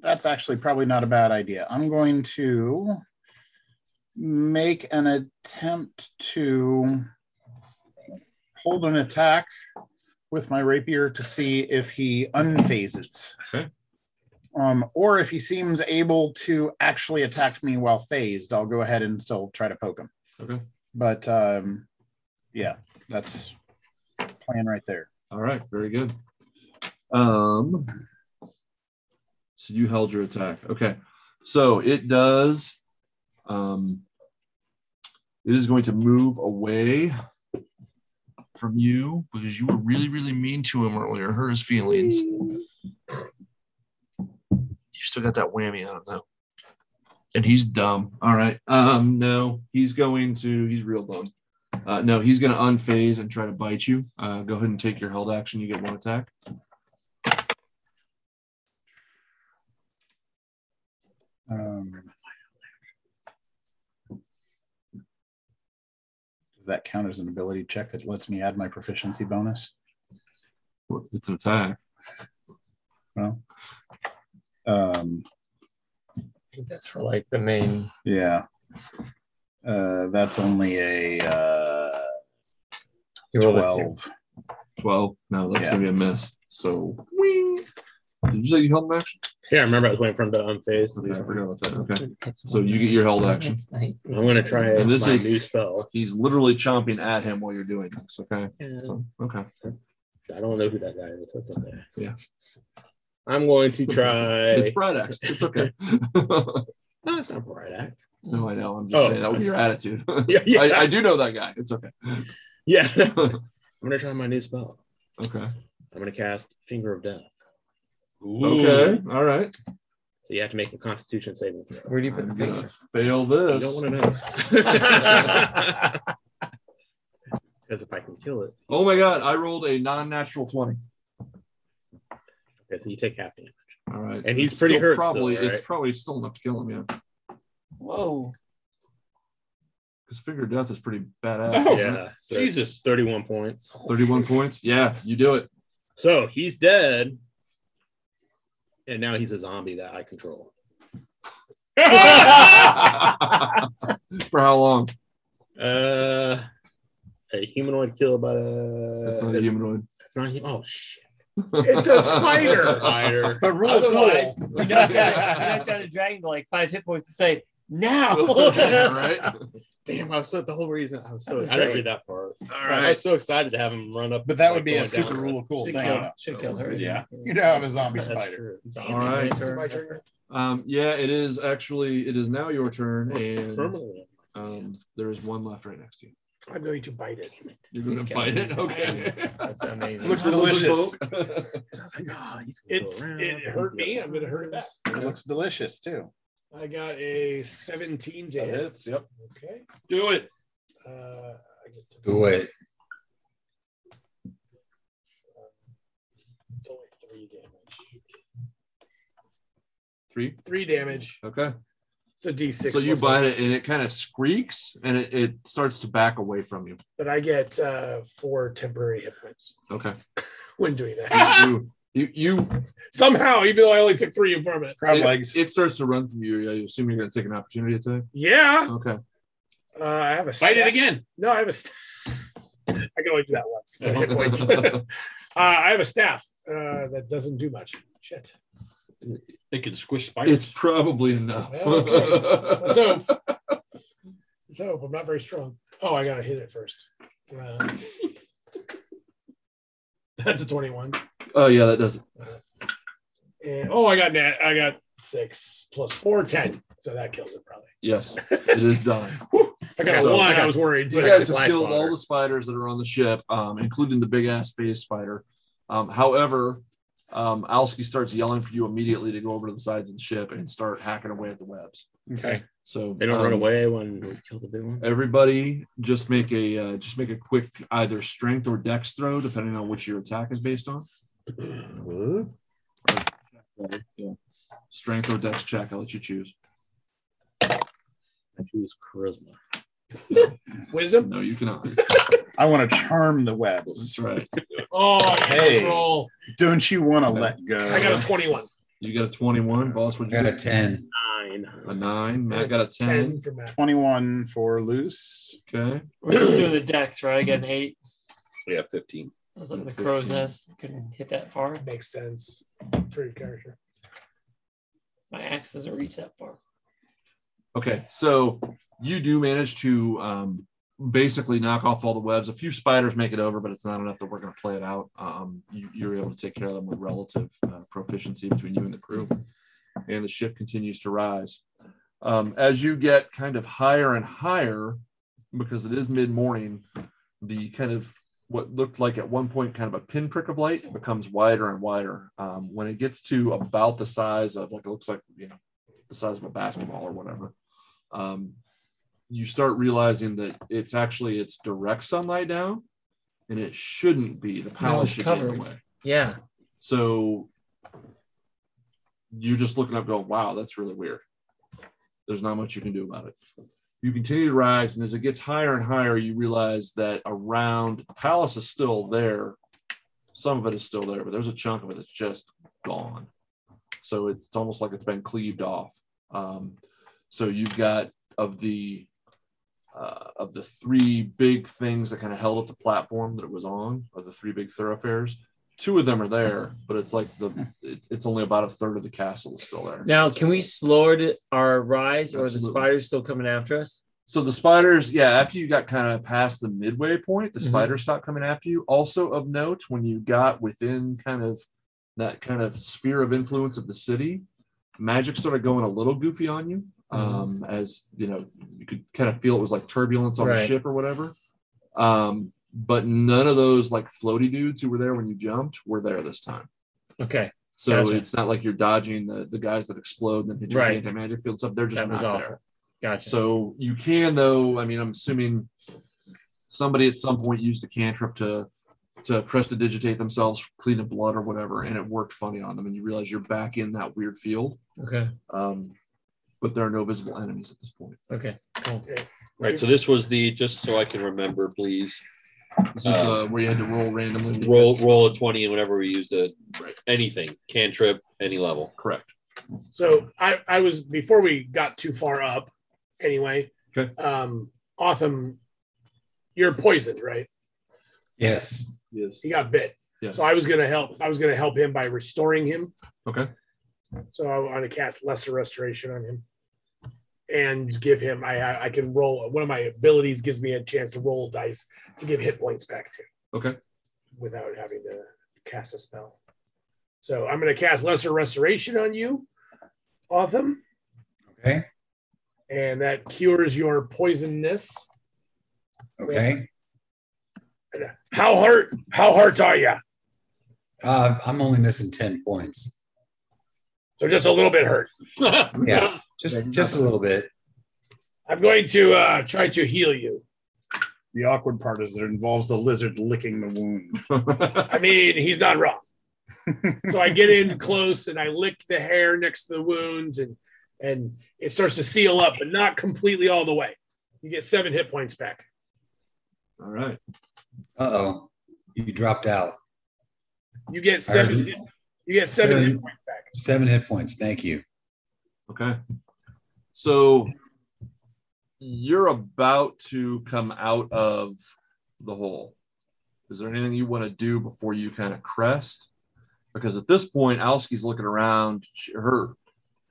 that's actually probably not a bad idea. I'm going to make an attempt to hold an attack with my rapier to see if he unphases. Okay. Um, or if he seems able to actually attack me while phased, I'll go ahead and still try to poke him. Okay. But um, yeah, that's plan right there. All right, very good. Um, so you held your attack. Okay, so it does. Um, it is going to move away from you because you were really, really mean to him earlier. Hurt his feelings. You still got that whammy on him though, and he's dumb. All right. Um, no, he's going to. He's real dumb. Uh, no, he's going to unphase and try to bite you. Uh, go ahead and take your held action. You get one attack. Um, does that count as an ability check that lets me add my proficiency bonus? Well, It's an attack. Well, um, I think that's for like the main. yeah, uh, that's only a uh, You rolled a six. twelve. 12. No, that's Yeah. going to be a miss. So, wing. Did you say you held an action? Yeah, I remember I was waiting for him to unphase. Okay, I forgot about that. Okay. So you get your held action. That's nice. I'm gonna try And this my is- new spell. He's literally chomping at him while you're doing this. Okay. Yeah. So, okay. I don't know who that guy is. That's okay. Yeah. I'm going to try. It's Brad Axe. It's okay. no, that's not bright act. no, I know. I'm just Oh. saying that was your attitude. Yeah, yeah, I, I do know that guy. It's okay. yeah. I'm gonna try my new spell. Okay. I'm gonna cast Finger of Death. Okay. All right. So you have to make a Constitution saving throw. Where do you put the I'm finger? gonna fail You this. don't want to know. Because if I can kill it, Oh my god, I rolled a non-natural 20. okay, so you take half damage. All right. And he's It's pretty still hurt still, Probably right? it's probably still enough to kill him, yeah. Whoa. Because finger death is pretty badass. Oh, isn't it? yeah. So it's Jesus. 31 points. 31 points. Yeah, you do it. So he's dead. And now he's a zombie that I control. For how long? Uh, a humanoid killed by the. That's not a humanoid. Uh, It's not human. Oh, shit. It's a spider. Spider. But rule of Otherwise, thumb, you're not down a dragon to like five hit points to say, now. right? Damn, I was so. The whole reason I was so. was I didn't great. read that part. All I was so excited to have him run up. but that like, would be a going down super the- rule of cool Should thing. kill, should kill her. Yeah. You now have a zombie That's spider. true. All right. It's my turn. Um, yeah, it is actually, it is now your turn. Mm. And Permanently. um, there is one left right next to you. I'm going to bite it. You're going to Okay. bite it. Okay. That's amazing. Looks delicious. I was like, oh, he's gonna go It's around. it hurt me. I'm going to hurt it back. It looks delicious too. I got a 17 to That hit. hits. Yep. Okay. Do it. Uh, I get to Do it. It's only three damage. Three. Three damage. Okay. It's a D6. So you plus bite one. it and it kind of squeaks and it, it starts to back away from you. But I get uh, four temporary hit points Okay. when doing that. you, you, you Somehow, even though I only took three from it. Crab it, legs. It starts to run from you. Yeah, you assume you're going to take an opportunity attack. Yeah. Okay. Uh, I have a Bite it stat- again. No, I have a. St- I can only do that once. for hit points. uh, I have a staff uh, that doesn't do much. Shit. They can squish it's spiders. probably enough. Okay. So, so I'm not very strong. Oh, I gotta hit it first. Uh, that's a 21. oh yeah, that does it. And, oh, I got net. I got six plus four, 10. So that kills it probably. Yes, it is done. If I got So- one. I was worried. You Yeah. guys have Fly killed slaughter. all the spiders that are on the ship, um, including the big ass phase spider. Um, however, um, Alski starts yelling for you immediately to go over to the sides of the ship and start hacking away at the webs. Okay. So They don't um, run away when we kill the big one. Everybody, just make a uh, just make a quick either strength or dex throw, depending on which your attack is based on. Yeah. Strength or dex check. I'll let you choose. I choose charisma. Wisdom. No, you cannot. I want to charm the That's webs. right. Oh, I got Hey. to roll. Don't you want to Okay. let go? I got a 21. You got a twenty-one, boss. What I you got a get? 10. Nine. A nine. Matt got a 10, ten. for Matt. 21 for loose. Okay. We're just doing the decks, right? I got an eight. Yeah, 15. I was looking at the crow's nest. Couldn't hit that far. Makes sense for your character. My axe doesn't reach that far. Okay, so you do manage to um, basically knock off all the webs. A few spiders make it over, but it's not enough that we're going to play it out. Um, you, you're able to take care of them with relative uh, proficiency between you and the crew, and the ship continues to rise. Um, as you get kind of higher and higher, because it is mid morning, the kind of what looked like at one point kind of a pinprick of light becomes wider and wider. Um, when it gets to about the size of like it looks like you know the size of a basketball or whatever um, you start realizing that it's actually it's direct sunlight down and it shouldn't be the palace it's should be in the covered. way. Yeah. so you're just looking up going wow that's really weird there's not much you can do about it you continue to rise and as it gets higher and higher you realize that around the palace is still there some of it is still there but there's a chunk of it that's just gone so it's almost like it's been cleaved off um, so you've got of the uh, of the three big things that kind of held up the platform that it was on, of the three big thoroughfares, two of them are there, but it's like the it, it's only about a third of the castle is still there. Now, can we slow it- our rise or the Absolutely. spiders still coming after us? So the spiders, yeah, after you got kind of past the midway point, the Mhm. spiders stopped coming after you. Also of note, when you got within kind of that kind of sphere of influence of the city, magic started going a little goofy on you. Mm-hmm. Um, as you know, you could kind of feel it was like turbulence on the Right. ship or whatever. Um, but none of those like floaty dudes who were there when you jumped were there this time. Okay. So Gotcha. it's not like you're dodging the, the guys that explode and hit you Right. anti magic field stuff. They're just That was not awful. there. Gotcha. So you can though. I mean, I'm assuming somebody at some point used a cantrip to to prestidigitate themselves, clean up blood or whatever, and it worked funny on them. And you realize you're back in that weird field, okay. um, but there are no visible enemies at this point. Okay. Cool. All right, so this was the just so I can remember, please. This is uh, where you had to roll randomly. Roll roll a twenty and whenever we use the Right. anything cantrip any level. Correct. So I, I was before we got too far up anyway. Okay. Um Otham, you're poisoned, right? Yes. Yes. He got bit. Yeah. So I was gonna help I was gonna help him by restoring him. Okay. So I want to cast lesser restoration on him. And give him I- I I can roll one of my abilities gives me a chance to roll dice to give hit points back to Okay. without having to cast a spell. So I'm gonna cast lesser restoration on you, Otham. Okay. and that cures your poisonness. Okay. How hurt? How hurt are you? Uh, I'm only missing 10 points. So just a little bit hurt. Yeah. Just just a little bit. I'm going to uh, try to heal you. The awkward part is that it involves the lizard licking the wound. I mean, he's not wrong. so I get in close and I lick the hair next to the wounds and and it starts to seal up, but not completely all the way. You get seven hit points back. All right. Uh oh, you dropped out. You get seven. Alright. You get seven. Seven. hit points back. Seven hit points. Thank you. Okay. So you're about to come out of the hole. Is there anything you want to do before you kind of crest? Because at this point, Alski's looking around. She- Her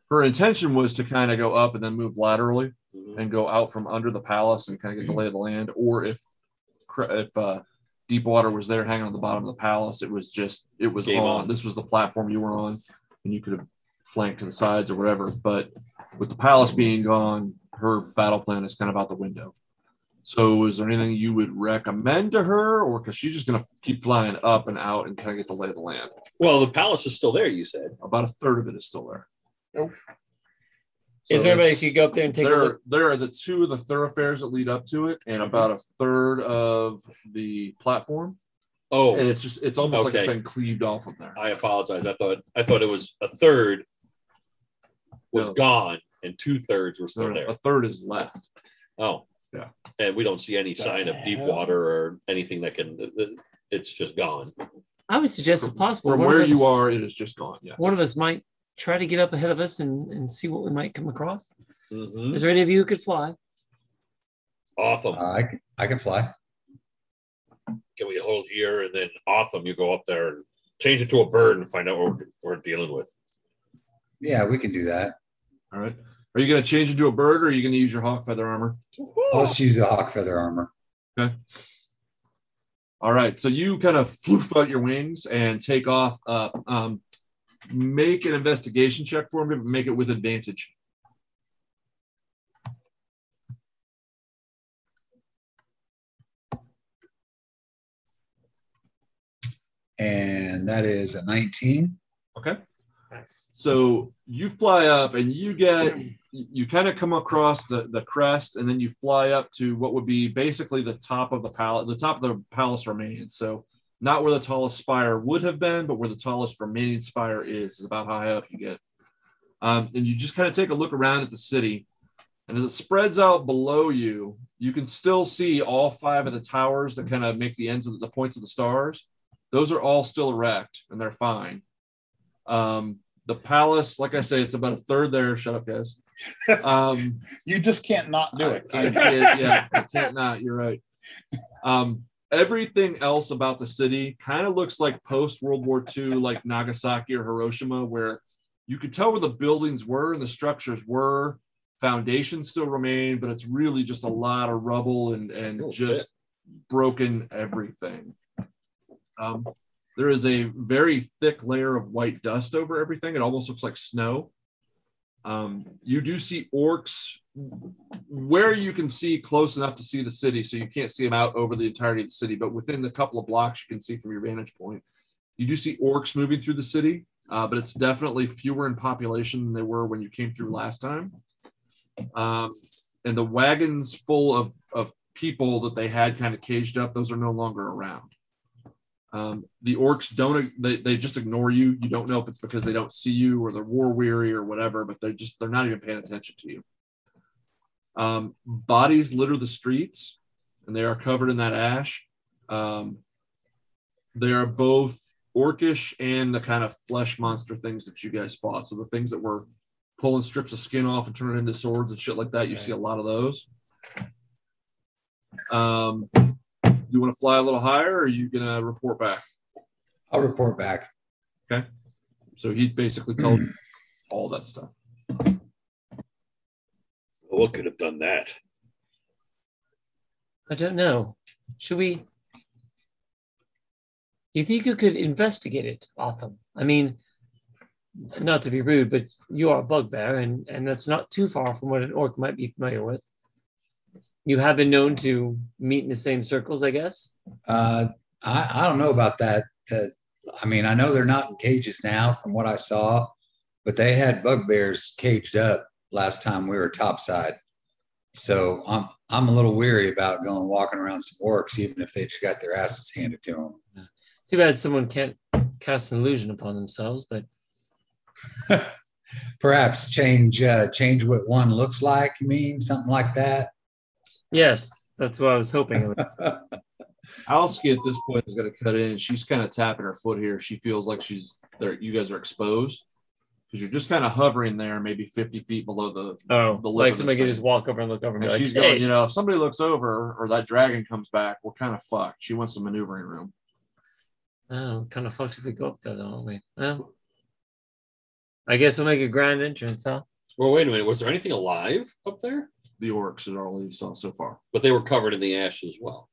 her intention was to kind of go up and then move laterally Mm-hmm. and go out from under the palace and kind of get the lay of the land. Or if cre- if uh, Deepwater was there hanging on the bottom of the palace, it was just it was Game on. on. This was the platform you were on, and you could have flanked to the sides or whatever. But with the palace being gone, her battle plan is kind of out the window. So, is there anything you would recommend to her, or because she's just going to keep flying up and out and kind of get the lay of the land? Well, the palace is still there. You said. About a third of it is still there. Nope. So Is there anybody it's- who could go up there and take a there, look? Mm-hmm. there are the two of the thoroughfares that lead up to it, and about a third of the platform. Oh, And it's just it's almost like Okay. it's been cleaved off of there. I apologize. I thought I thought it was a third was No. gone and two thirds were still there. A third is left. Oh, Yeah. And we don't see any sign of deep water or anything that can. th- th- It's just gone. I would suggest if possible. From one where of us, you are, it is just gone. Yeah. one of us might try to get up ahead of us and, and see what we might come across. Is there any of you who could fly? Awesome. Uh, I can, I can fly. Can we hold here and then awesome? You go up there and change it to a bird and find out what we're, we're dealing with. Yeah, we can do that. All right. Are you going to change into a bird, or are you going to use your hawk feather armor? I'll just use the hawk feather armor. All right. So you kind of floof out your wings and take off. Uh, um, make an investigation check for me, but make it with advantage. And that is a 19. Nice. So you fly up and you get you kind of come across the the crest and then you fly up to what would be basically the top of the palace the top of the palace remains. So not where the tallest spire would have been, but where the tallest remaining spire is is about how high up you get. Um, and you just kind of take a look around at the city. And as it spreads out below you, you can still see all five of the towers that kind of make the ends of the, the points of the stars. Those are all still erect and they're fine. Um, the palace, like I say, it's about a third there. Shut up, guys. Um, You just can't not do it. I, I can you? can't, yeah, I can't not. You're right. Um, everything else about the city kind of looks like post World War II, like Nagasaki or Hiroshima, where you could tell where the buildings were and the structures were. Foundations still remain, but it's really just a lot of rubble and and Oh, just shit. broken everything. Um, there is a very thick layer of white dust over everything. It almost looks like snow. Um, you do see orcs where you can see close enough to see the city, so you can't see them out over the entirety of the city, but within the couple of blocks you can see from your vantage point. You do see orcs moving through the city, uh, but it's definitely fewer in population than they were when you came through last time. Um, and the wagons full of, of people that they had kind of caged up, those are no longer around. Um, the orcs don't they, they just ignore you. You don't know if it's because they don't see you or they're war weary or whatever, but they're just they're not even paying attention to you. Um, bodies litter the streets, and they are covered in that ash. Um, they are both orcish and the kind of flesh monster things that you guys fought. So the things that were pulling strips of skin off and turning into swords and shit like that. You see a lot of those. Um, you want to fly a little higher, or are you gonna report back? I'll report back. So he basically told all that stuff. What could have done that? I don't know. Should we? Do you think you could investigate it, Otham? I mean, not to be rude, but you are a bugbear, and and that's not too far from what an orc might be familiar with. You have been known to meet in the same circles, I guess. Uh, I, I don't know about that. Uh, I mean, I know they're not in cages now from what I saw, but they had bugbears caged up last time we were topside. So I'm, I'm a little weary about going walking around some orcs, even if they just got their asses handed to them. Too bad someone can't cast an illusion upon themselves, but perhaps change uh, change what one looks like. You mean something like that? Yes, that's what I was hoping. Alski at this point is going to cut in. She's kind of tapping her foot here. She feels like she's there. You guys are exposed because you're just kind of hovering there, maybe 50 feet below the. Oh, The look like of somebody this could thing. just walk over and look over and, And be like, she's hey, going, you know, if somebody looks over or that dragon comes back, we're kind of fucked. She wants some maneuvering room. Oh, kind of fucked if we go up there, though, aren't we? Well, I guess we'll make a grand entrance, huh? Well, wait a minute. Was there anything alive up there? The orcs are all you saw so far. But they were covered in the ash as well.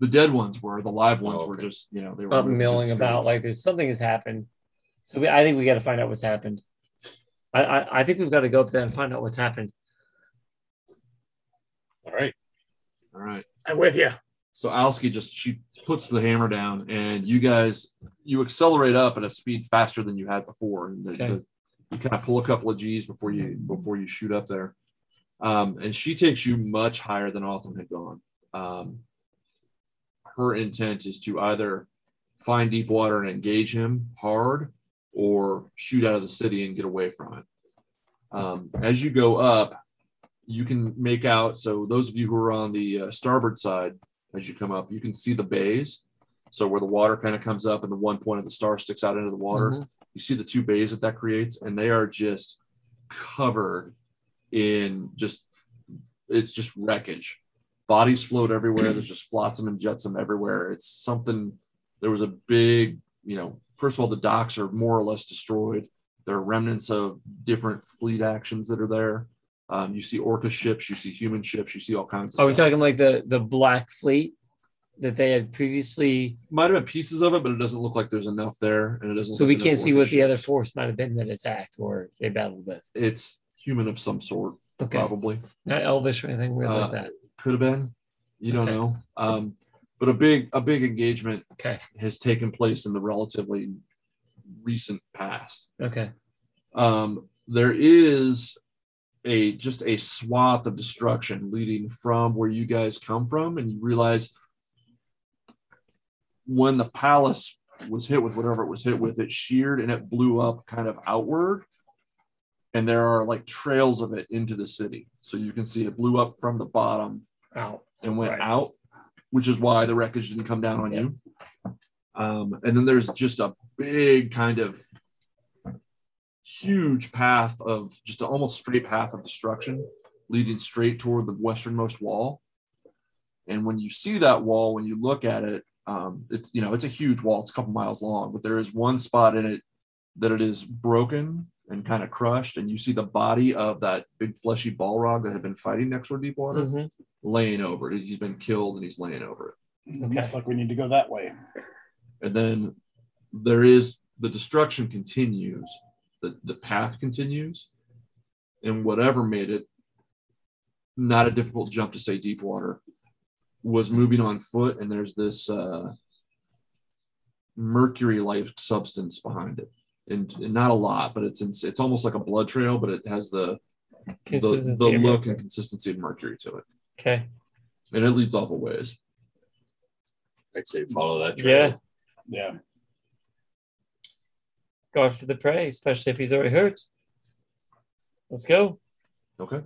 The dead ones were. The live ones Oh, were okay. just, you know, they were Up moving to the milling about streets. like there's something has happened. So we, I think we got to find out what's happened. I, I I think we've got to go up there and find out what's happened. All right. All right. I'm with you. So Alski just she puts the hammer down, and you guys you accelerate up at a speed faster than you had before, and the, Okay. Mm-hmm. the- you kind of pull a couple of G's before you before you shoot up there. Um, and she takes you much higher than Autumn had gone. Um, her intent is to either find deep water and engage him hard, or shoot out of the city and get away from it. Um, as you go up, you can make out. So those of you who are on the uh, starboard side as you come up. You can see the bays. So where the water kind of comes up and the one point of the star sticks out into the Mm-hmm. water, Mhm. you see the two bays that that creates, and they are just covered in just it's just wreckage. Bodies float everywhere. There's just flotsam and jetsam everywhere. It's something. There was a big, you know. First of all, the docks are more or less destroyed. There are remnants of different fleet actions that are there. Um, you see orca ships. You see human ships. You see all kinds. of Oh, Are we stuff. talking like the the Black Fleet that they had previously? might have been pieces of it, but it doesn't look like there's enough there, and it doesn't. So look we like can't enough see what orchestra. the other force might have been that attacked or they battled with. It's human of some sort, Okay, probably Uh, not Elvish or anything weird like that. could have been. You don't Okay. know, um, but a big a big engagement Okay, has taken place in the relatively recent past. okay. um, there is a just a swath of destruction leading from where you guys come from and you realize when the palace was hit with whatever it was hit with it sheared and it blew up kind of outward and there are like trails of it into the city so you can see it blew up from the bottom Out. and went Right. out, which is why the wreckage didn't come down on you. Um, and then there's just a big kind of huge path of just an almost straight path of destruction leading straight toward the westernmost wall. And when you see that wall, when you look at it, um, it's you know it's a huge wall. It's a couple miles long, but there is one spot in it that it is broken and kind of crushed, and you see the body of that big fleshy Balrog that had been fighting next door Deepwater hmm laying over it. He's been killed and he's laying over Looks like we need to go that way. it. And then there is the destruction continues, the, the path continues, and whatever made it not a difficult jump to say deep water was moving on foot, and there's this uh, mercury like substance behind it. And, and not a lot, but it's in, it's almost like a blood trail, but it has the the, Consistency. the of look record. and consistency of mercury to it, Okay. and it leads off a ways. I'd say follow that Yeah. trail. Yeah. Go after the prey, especially if he's already hurt. Let's go. Okay.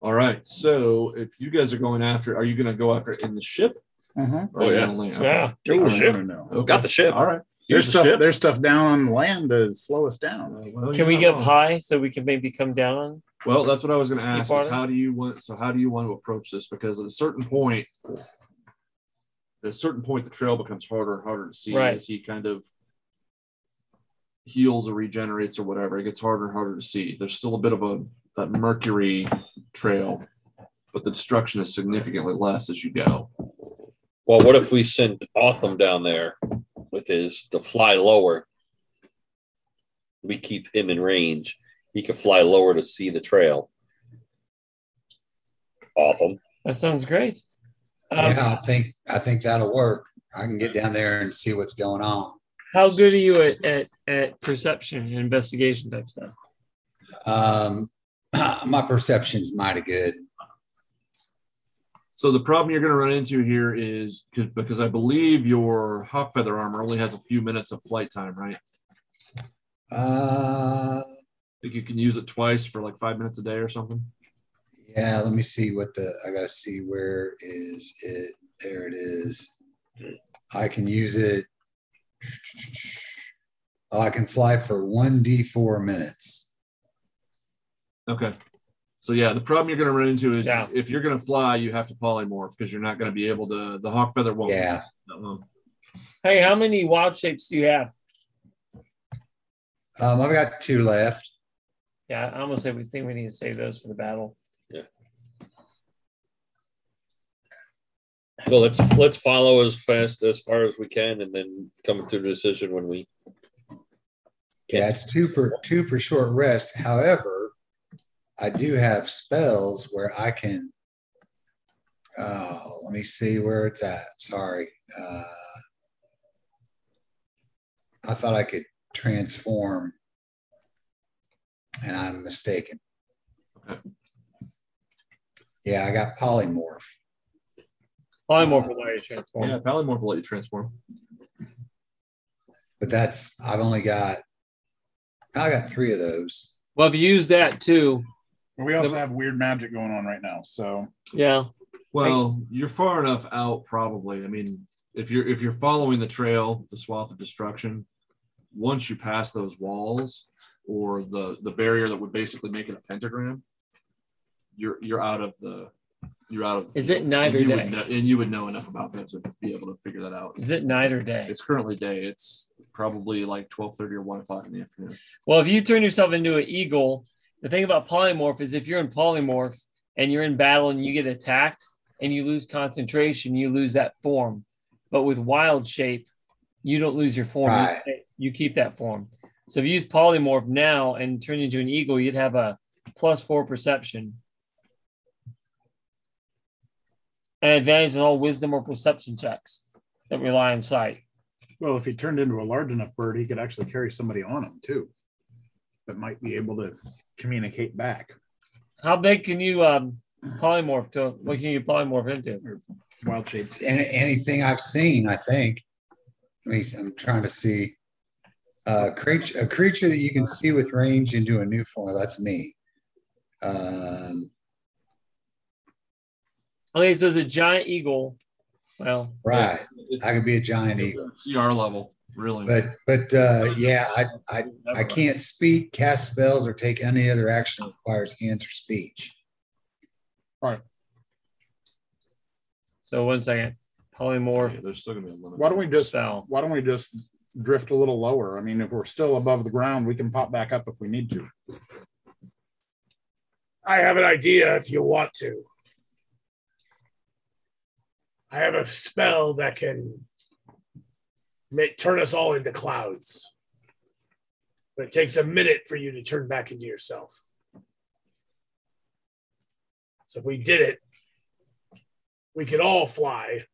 All right. So if you guys are going after, are you going to go after it in the ship? Mm-hmm. Or are Oh, you yeah. gonna land- Yeah. No, Ooh, shit. no, no. Okay. Got the ship. All right. There's Here's the stuff. ship. There's stuff down on land to slow us down. Well, Can we you're get not up wrong. high so we can maybe come down on Well, that's what I was going to ask. Is water? how do you want? So how do you want to approach this? Because at a certain point, at a certain point, the trail becomes harder and harder to see Right. as he kind of heals or regenerates or whatever. It gets harder and harder to see. There's still a bit of a that mercury trail, but the destruction is significantly less as you go. Well, what if we send Otham down there with his to fly lower? We keep him in range. He could fly lower to see the trail. Otham. That sounds great. Um, yeah, I think I think that'll work. I can get down there and see what's going on. How good are you at, at, at perception and investigation type stuff? Um, my perception's mighty good. So the problem you're going to run into here is 'cause- because I believe your hawk feather armor only has a few minutes of flight time, right? Uh, Think you can use it twice for like five minutes a day or something. Yeah, let me see what the I gotta see where is it. There it is. I can use it. Oh, I can fly for one d four minutes. Okay. So yeah, the problem you're going to run into is if you're going to fly, you have to polymorph because you're not going to be able to. The hawk feather won't. Yeah. That long. Hey, how many wild shapes do you have? Um, I've got two left. Yeah, I almost said we think we need to save those for the battle. Well, let's let's follow as fast as far as we can, and then come to the decision when we. Yeah, it's two per two per short rest. However, I do have spells where I can. Oh, let me see where it's at. Sorry, uh, I thought I could transform, and I'm mistaken. Yeah, I got polymorph. Polymorph will let you transform. Yeah, polymorph will let you transform. but that's I've only got I got three of those. Well, if you use that too. We also have weird magic going on right now. So Yeah. Well, you're far enough out, probably. I mean, if you're if you're following the trail, the swath of destruction, once you pass those walls or the the barrier that would basically make it a pentagram, you're you're out of the you're out of. Is it night or and you day? Would know, and you would know enough about that to be able to figure that out. Is it night or day? It's currently day. It's probably like twelve thirty or one o'clock in the afternoon. Well, if you turn yourself into an eagle, the thing about polymorph is if you're in polymorph and you're in battle and you get attacked and you lose concentration, you lose that form. But with wild shape, you don't lose your form. You Right. stay- You keep that form. So if you use polymorph now and turn into an eagle, you'd have a plus four perception. An advantage on all wisdom or perception checks that rely on sight. Well, if he turned into a large enough bird, he could actually carry somebody on him too, that might be able to communicate back. How big can you um, polymorph to? What can you polymorph into? Wild shapes. Any, anything I've seen, I think. I mean, I'm trying to see a creature, a creature that you can see with range into a new form. That's me. Um, Okay, so it's a giant eagle. Well, right, I could be a giant eagle, CR level, really. but but uh, yeah, I, I I can't speak, cast spells, or take any other action that requires hands or speech. so one second. Yeah, Polymorph there's still gonna be a limit. Why don't we just spell. why don't we just drift a little lower? I mean, if we're still above the ground, we can pop back up if we need to. I have an idea if you want to. I have a spell that can make, turn us all into clouds. But it takes a minute for you to turn back into yourself. So if we did it, we could all fly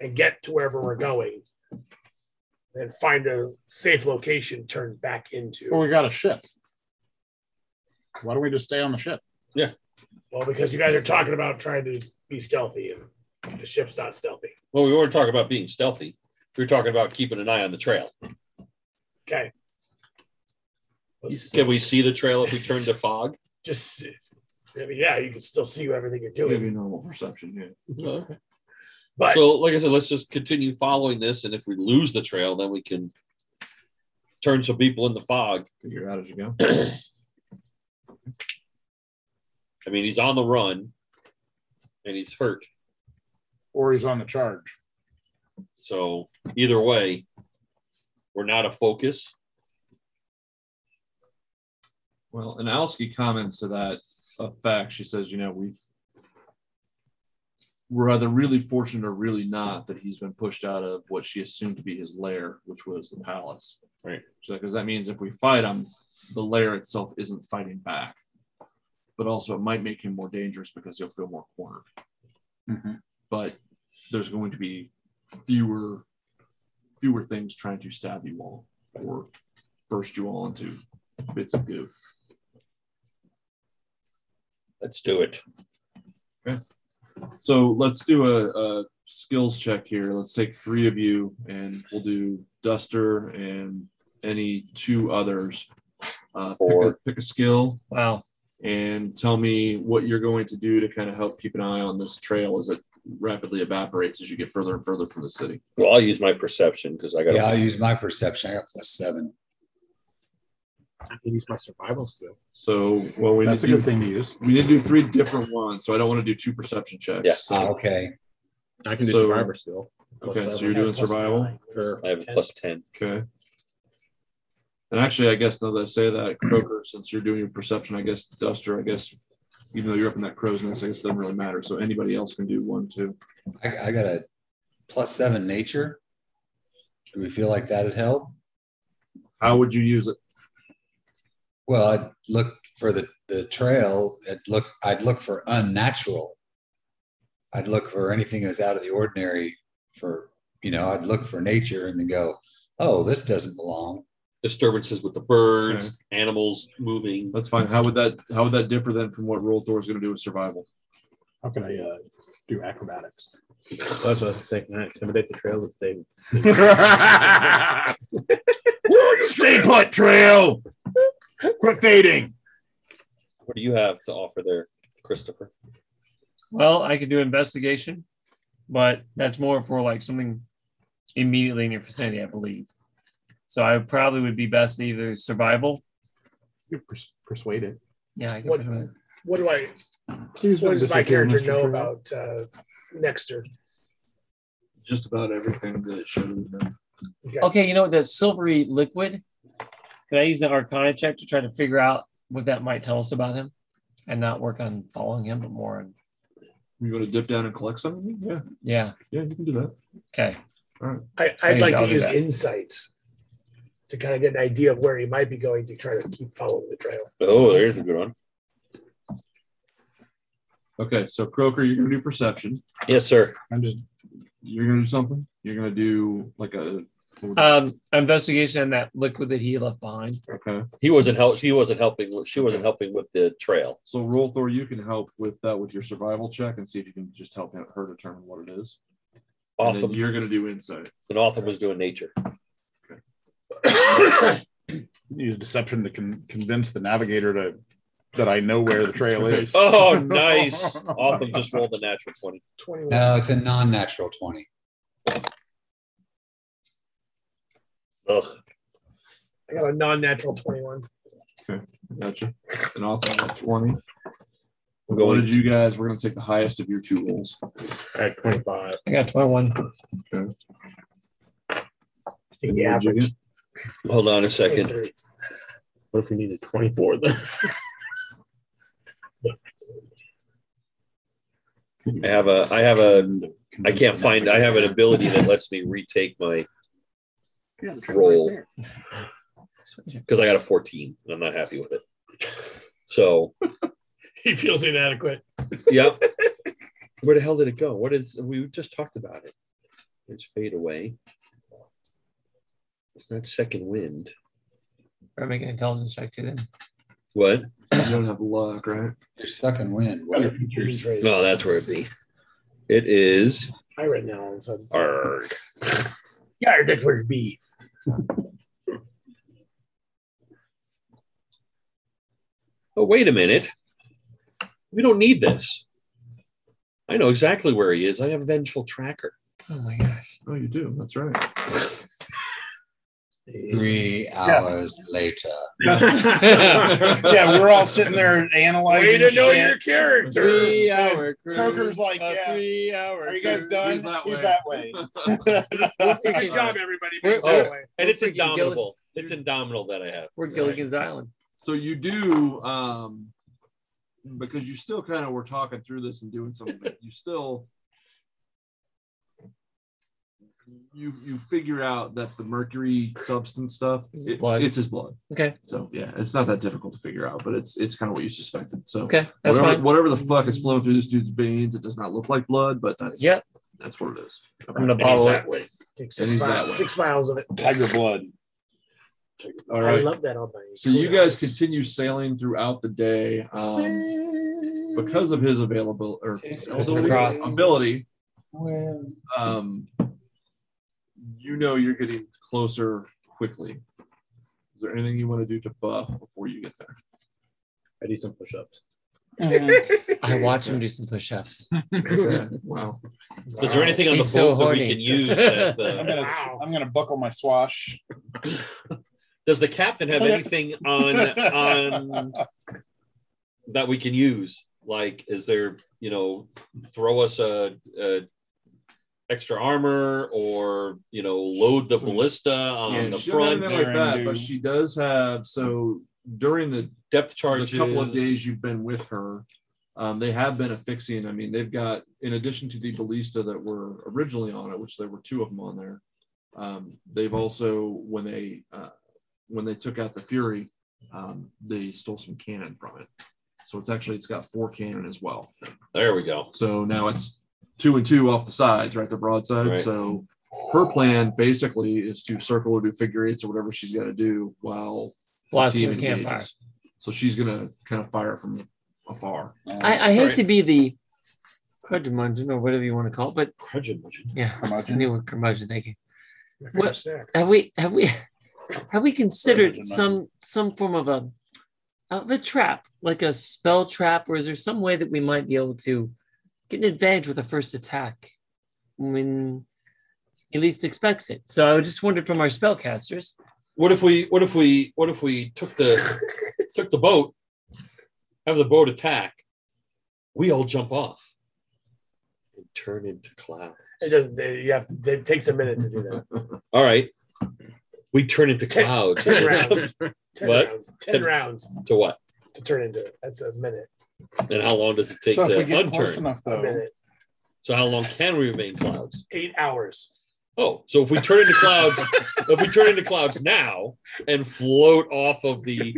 and get to wherever we're going and find a safe location to turn back into. Well, we got a ship. Why don't we just stay on the ship? Well, because you guys are talking about trying to be stealthy, and the ship's not stealthy. Well, we weren't talking about being stealthy. We were talking about keeping an eye on the trail. Okay. Let's Can we see the trail if we turn to fog? just, I mean, yeah, you can still see everything you're give you doing, normal perception. Yeah. Okay. but So, like I said, let's just continue following this, and if we lose the trail, then we can turn some people in the fog. Figure it out as you go. I mean, he's on the run, and he's hurt. Or he's on the charge. So either way, we're not a focus. Well, and Alski comments to that effect. She says, you know, we've we're either really fortunate or really not that he's been pushed out of what she assumed to be his lair, which was the palace. Right. She's like, because that means if we fight him, the lair itself isn't fighting back. But also, it might make him more dangerous because he'll feel more cornered. But there's going to be fewer fewer things trying to stab you all or burst you all into bits of goo. Let's do it. So let's do a, a skills check here. Let's take three of you, and we'll do Duster and any two others Uh, pick, a, Four. pick a skill Wow. and tell me what you're going to do to kind of help keep an eye on this trail as it rapidly evaporates as you get further and further from the city. Well, I'll use my perception because I got. Yeah, I'll use my perception. I got plus seven. I can use my survival skill. So, well, we That's a need to good do, thing to use. we need to do three different ones. So I don't want to do two perception checks. Yeah. So- Ah, okay. I can do So- survivor skill. Plus okay, so seven. you're doing Plus survival? nine. Or I have a ten. plus ten. Okay. And actually, I guess now that I say that, Croker, since you're doing your perception, I guess Duster, I guess even though you're up in that crow's nest, I guess it doesn't really matter. So anybody else can do one too. I, I got a plus seven nature. Do we feel like that'd help? How would you use it? Well, I'd look for the, the trail. I'd look, I'd look for unnatural. I'd look for anything that's out of the ordinary for, you know, I'd look for nature and then go, oh, this doesn't belong. Disturbances with the birds, animals moving. That's fine. How would that how would that differ then from what Roll Thor is going to do with survival? How can I uh, do acrobatics? That's what I was saying. Can I intimidate the trail to stay. Stay put, trail. Quit fading. What do you have to offer there, Christopher? Well, I could do investigation, but that's more for like something immediately in your vicinity, I believe. So I probably would be best in either survival. You're pers- persuaded. Yeah, I could What- put- What do I? Please What don't does my disappear, character Mr. know Trail. about uh, Nexter? Just about everything that it showed. them. Okay. Okay, you know what? That silvery liquid. Could I use an Arcana check to try to figure out what that might tell us about him, and not work on following him, but more on You want to dip down and collect something? Yeah, yeah. yeah, you can do that. Okay. I, I I'd like doubt to use that. insight to kind of get an idea of where he might be going to try to keep following the trail. Oh, there's a good one. Okay, so Croker, you're going to do perception. Yes, sir. I'm just You're going to do something. You're going to do like a Um, investigation on that liquid that he left behind. okay. He wasn't help. She wasn't helping. with- She wasn't helping with the trail. So Roll Thor, you can help with that with your survival check and see if you can just help her determine what it is. And then Awesome. you're going to do insight. And Otham was doing nature. use deception to con- convince the navigator to that I know where the trail is. Oh, nice. Otham just rolled a natural twenty. 21. No, it's a non-natural 20. Ugh. I got a non natural 21. Gotcha. And off at 20. We're What going did you guys? We're going to take the highest of your two rolls. I had 25. I got twenty-one. Take the What'd you average. get? Hold on a second. What if we needed 24 then? I have a. I have a. I can't find. I have an ability that lets me retake my Yeah, the trail roll. there. because I got a 14 and I'm not happy with it. So, He feels inadequate. yep. Where the hell did it go? What is we just talked about it? It's fade away. It's not second wind. Or make an intelligence check to them. What? You don't have luck, right? Your second wind. What? He's right. No, that's where it be. It is I right now all of a sudden. arg. Yeah, your dick would be. Oh, wait a minute. We don't need this. I know exactly where he is. I have vengeful tracker. Oh my gosh. Oh, you do. That's right. Three hours later. yeah, we're all sitting there analyzing. shit. character. Three hour cruise. Kroger's like, a yeah. Three hour. Are you guys cruise. done? He's that He's way. that way. Good job, everybody. We're- Oh. we're- And it's Freaking Gilli- indomitable. It's indomitable that I have. We're Gilligan's Island. so you do, um, because you still kind of were talking through this and doing something, but you still. You you figure out that the mercury substance stuff Is it- blood. it's his blood. Okay. So yeah, it's not that difficult to figure out, but it's it's kind of what you suspected. So Okay. That's whatever, fine. whatever the fuck is flowing through this dude's veins, it does not look like blood, but that's Yep. that's what it is. I'm gonna bottle it. way. Take And six, he's that miles, way. six miles of it. Tiger blood. All I right. love that on my. So you guys continue sailing throughout the day um, because of his available or availability- ability. Well, Um, you know you're getting closer quickly. Is there anything you want to do to buff before you get there? I do some push-ups. I watch him do some push-ups. wow. Is there anything on He's the so board that we horny. could use? That, I'm uh, gonna, I'm gonna buckle my swash. does the captain have anything on on that we can use? Like, is there you know, throw us a, a extra armor or you know, load the ballista on Yeah, the she doesn't front, have anything like that, but During- she does have so during the depth the charges? couple of days you've been with her, um, they have been affixing. I mean, they've got in addition to the ballista that were originally on it, which there were two of them on there. Um, they've also when they uh, when they took out the Fury, um, they stole some cannon from it. So it's actually it's got four cannon as well. There we go. So now it's two and two off the sides, right? The broadside. Right. So her plan basically is to circle or do figure eights or whatever she's got to do while Blossom team of campfire. engages. So she's gonna kind of fire from afar. I, I hate Sorry. to be the curmudgeon or whatever you want to call it, but Crudgeon, budgeon. yeah, it's the Curmudgeon? new word, curmudgeon. Thank you. My favorite What- snack. Have we have we have we considered Curmudgeon, some some form of a of a trap, like a spell trap, or is there some way that we might be able to get an advantage with a first attack when he least expects it? So I just wondered from our spellcasters. What if we what if we what if we took the took the boat, have the boat attack, we all jump off and turn into clouds. It doesn't. They, you have. To, it takes a minute to do that. All right. We turn into Ten- clouds. ten rounds. Ten What? rounds. Ten, Ten- rounds to what? to turn into it. That's a minute. And how long does it take so if to we get close unturn? enough, A though, minute. So how long can we remain clouds? Eight hours. Oh, so if we turn into clouds, if we turn into clouds now and float off of the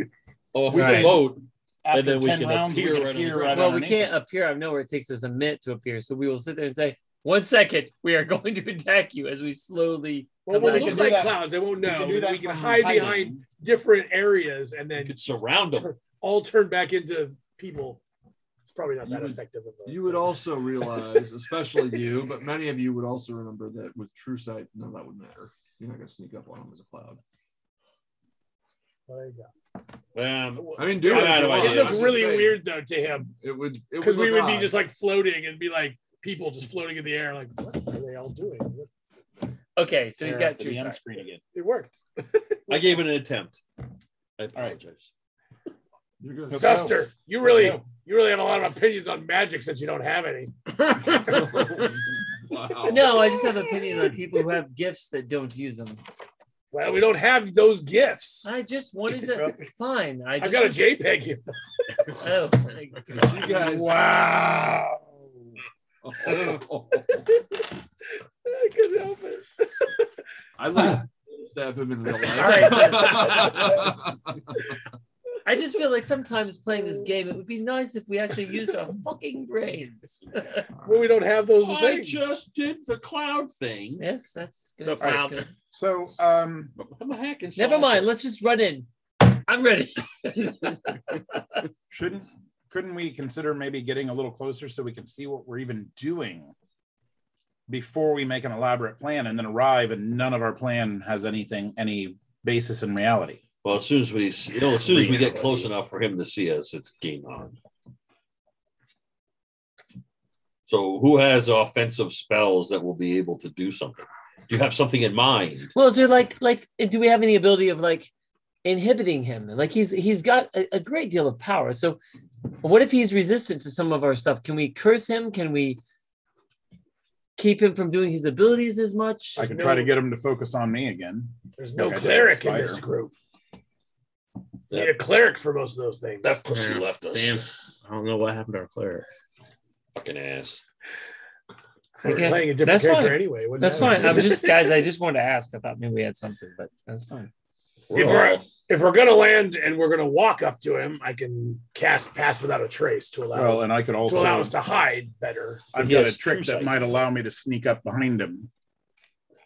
off We the can- boat, after then we 10 can rounds, appear we right on can the appear ground. right Well, we underneath can't it. appear out of nowhere. It takes us a minute to appear. So we will sit there and say, one second, we are going to attack you as we slowly Well, Come we'll on, we look can do like that. clouds. They won't We know. can We do can, that we can from hide hiding. behind different areas and we then could surround them. tur- all turn back into people. It's probably not You that would- effective. Of a, You would also realize, especially you, but many of you would also remember that with true sight, none of that would matter. You're not gonna sneak up on them as a cloud. Well, there you go. Um, I mean, do it. I'm out if you of want. It ideas. I'm looked just really saying, weird though to him It would it because we look would be odd. just like floating and be like people just floating in the air. Like what are they all doing? What- Okay, so he's They're got at the true DM sight. screen again. It worked. I gave it an attempt. I right. apologize. You're good. Let's go. Duster, you really go. you really had a lot of opinions on magic since you don't have any. wow. No, I just have an opinion on people who have gifts that don't use them. Well, we don't have those gifts. I just wanted to. Fine. I just, I've got a JPEG here. Oh, my God. You guys. Wow. I couldn't help it. I like stab him in real life. All right. I just feel like sometimes playing this game, it would be nice if we actually used our fucking brains. Well, we don't have those I things. just did the cloud thing. yes, that's good. The that's cloud. good. So, um, I'm a hack and Never slash. mind. Let's just run in. I'm ready. shouldn't couldn't we consider maybe getting a little closer so we can see what we're even doing before we make an elaborate plan and then arrive and none of our plan has anything any basis in reality? Well, as soon as we, you know, as soon as we get close enough for him to see us, it's game on. So, who has offensive spells that will be able to do something? Do you have something in mind? Well, is there like like do we have any ability of like inhibiting him? Like he's he's got a, a great deal of power. So what if he's resistant to some of our stuff? Can we curse him? Can we keep him from doing his abilities as much? I could try to get him to focus on me again. There's no Like I did cleric with in this fire. group. Yeah. Need a cleric for most of those things. That pussy Yeah. left us. Damn. I don't know what happened to our cleric. Fucking ass. We're Okay. playing a different That's character fine. anyway. wouldn't That's matter. fine. I was just guys, I just wanted to ask. I thought maybe we had something, but that's fine. We're If we're- all- if we're gonna land and we're gonna walk up to him, I can cast pass without a trace to allow Well, and I could to allow also us to hide better. I've He got has a trick true sight. that might allow me to sneak up behind him.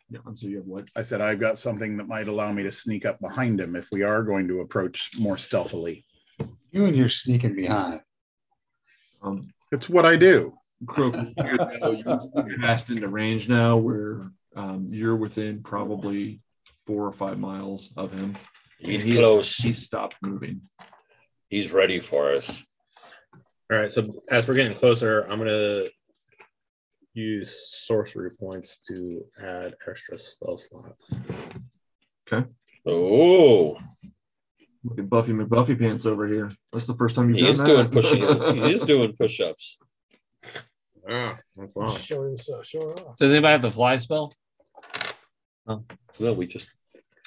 Yeah, I'm sorry, you have what? I said I've got something that might allow me to sneak up behind him if we are going to approach more stealthily. You and you're sneaking behind. Um, It's what I do. Crook, you know, you're passed into range now where um, you're within probably four or five miles of him. He's close. He stopped moving. He's ready for us. All right. So as we're getting closer, I'm gonna use sorcery points to add extra spell slots. Oh, Look at Buffy McBuffy pants over here. That's the first time you've he is done doing that. pushing. he is doing push-ups. Ah, that's wrong. Showing himself, showing off. Does anybody have the fly spell? No, we just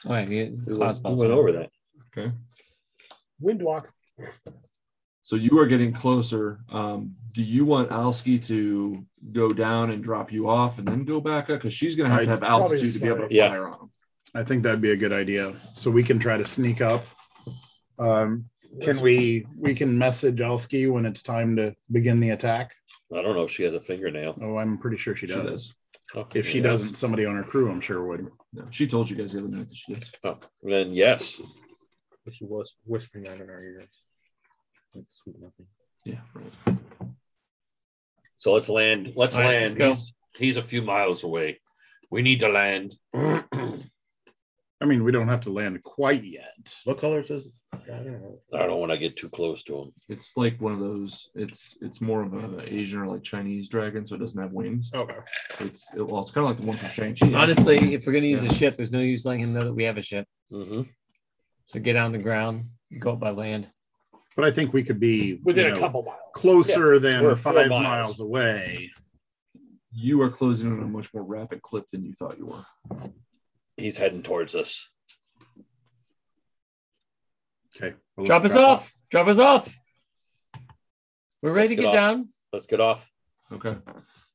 Oh, yeah, he- we cloud went, we spell. went over that. Windwalk. So you are getting closer. Um, do you want Alski to go down and drop you off and then go back up? Because she's going to have to I- have probably altitude to be able to Yeah. fire on him. I think that'd be a good idea. So we can try to sneak up. Um, can we? We can message Elski when it's time to begin the attack. I don't know if she has a fingernail. Oh, I'm pretty sure she She does. does. Oh, If she yeah. doesn't, somebody on her crew, I'm sure would. No, she told you guys the other night that she did. Oh, then yes. But she was whispering that in our ears. Like sweet nothing. Yeah. Right. So let's land. Let's All right, let's land. go. He's, he's a few miles away. We need to land. I I mean, we don't have to land quite yet. What color is this? I don't know. don't want to get too close to him. It's like one of those. It's it's more of an Asian or like Chinese dragon, so it doesn't have wings. Oh. Okay. It's it, well, it's kind of like the one from Shang Chi. Honestly, if we're gonna use Yeah. a ship, there's no use letting him know that we have a ship. Mm-hmm. So get on the ground, go up by land. But I think we could be Within you a know, couple miles. closer than we're four five miles. miles. away. you are closing in on a much more rapid clip than you thought you were. He's heading towards us. Okay, well, Drop let's us off. Drop us off. We're ready Let's to get get off. down. Let's get off. Okay.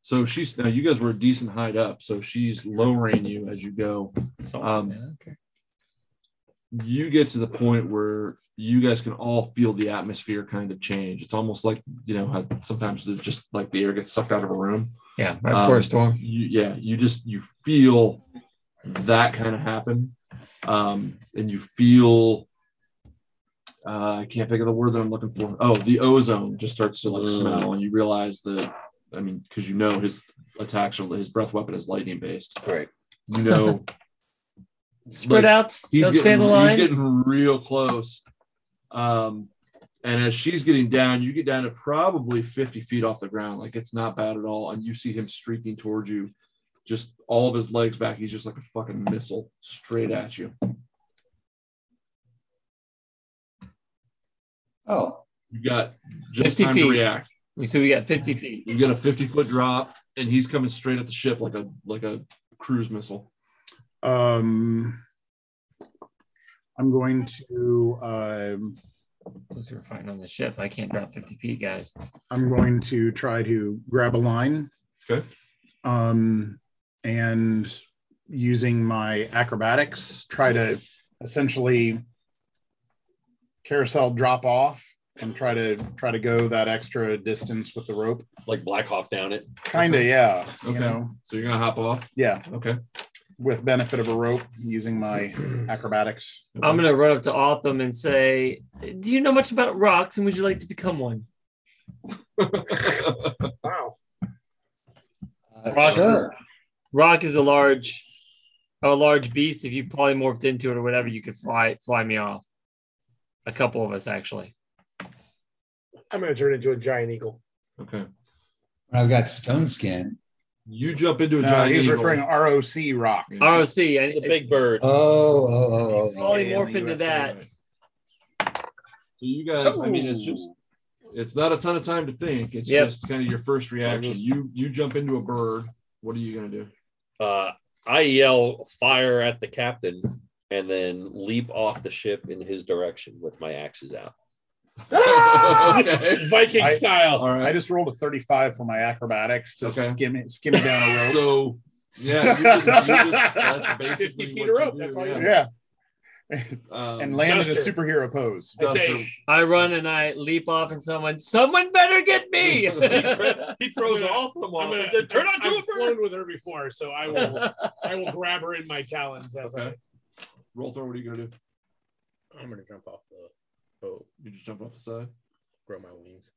So she's now you guys were a decent height up, so she's lowering you as you go. Um, okay. You get to the point where you guys can all feel the atmosphere kind of change. It's almost like you know how sometimes it's just like the air gets sucked out of a room. Yeah, right before um, a storm. You yeah, you just you feel that kind of happen, um, and you feel. Uh, I can't think of the word that I'm looking for. Oh, the ozone just starts to like Mm. smell, and you realize that. I mean, because you know his attacks are his breath weapon is lightning based. All right. You know Spread like, out. he's Don't stay in getting, the he's line. getting real close. Um, and as she's getting down, you get down to probably 50 feet off the ground. Like it's not bad at all. And you see him streaking towards you, just all of his legs back. He's just like a fucking missile straight at you. Oh, You got just 50 time to feet. react. so we got 50 feet. You get a 50 foot drop, and he's coming straight at the ship like a like a cruise missile. drop off. Um, I'm going to. Um, Those are fine on the ship. I can't drop 50 feet, guys. I'm going to try to grab a line. Okay. Um, and using my acrobatics, try to essentially carousel drop off and try to try to go that extra distance with the rope. Like Black Hawk down it. Kind of, yeah. Okay. You know, So you're gonna hop off. yeah, Okay. with benefit of a rope using my acrobatics. I'm going to run up to Autumn and say, Do you know much about rocks and would you like to become one? Wow. uh, Roger. sure. Rock is a large. A large beast. If you polymorphed into it or whatever, you could fly fly me off. A couple of us actually. I'm going to turn into a giant eagle. Okay. I've got stone skin. You jump into a No, giant. Uh, he's eagle. referring to ROC rock. Yeah. ROC. I, The big bird. Oh, oh, oh, oh, oh. polymorph Yeah, in the into USA, that. So you guys, I mean, it's just it's not a ton of time to think. It's Yep. just kind of your first reaction. You you jump into a bird. What are you gonna do? Uh, I yell fire at the captain and then leap off the ship in his direction with my axes out. okay. Viking I- style. All I right. just rolled a 35 for my acrobatics to Okay. skim it, skim it down a rope. So yeah, you just, you just, that's 50 basically feet what a you rope, do, that's all you yeah, Um, and land in a Duster. superhero pose. I say, I run and I leap off, and someone, someone better get me. He throws I'm gonna- off the I'm wall. gonna, Turn on to a I've bird. flown with her before, so I will. I will grab her in my talons. As Okay. roll throw. What are you gonna do? I'm gonna jump off the boat, You just jump off the side. grow my wings,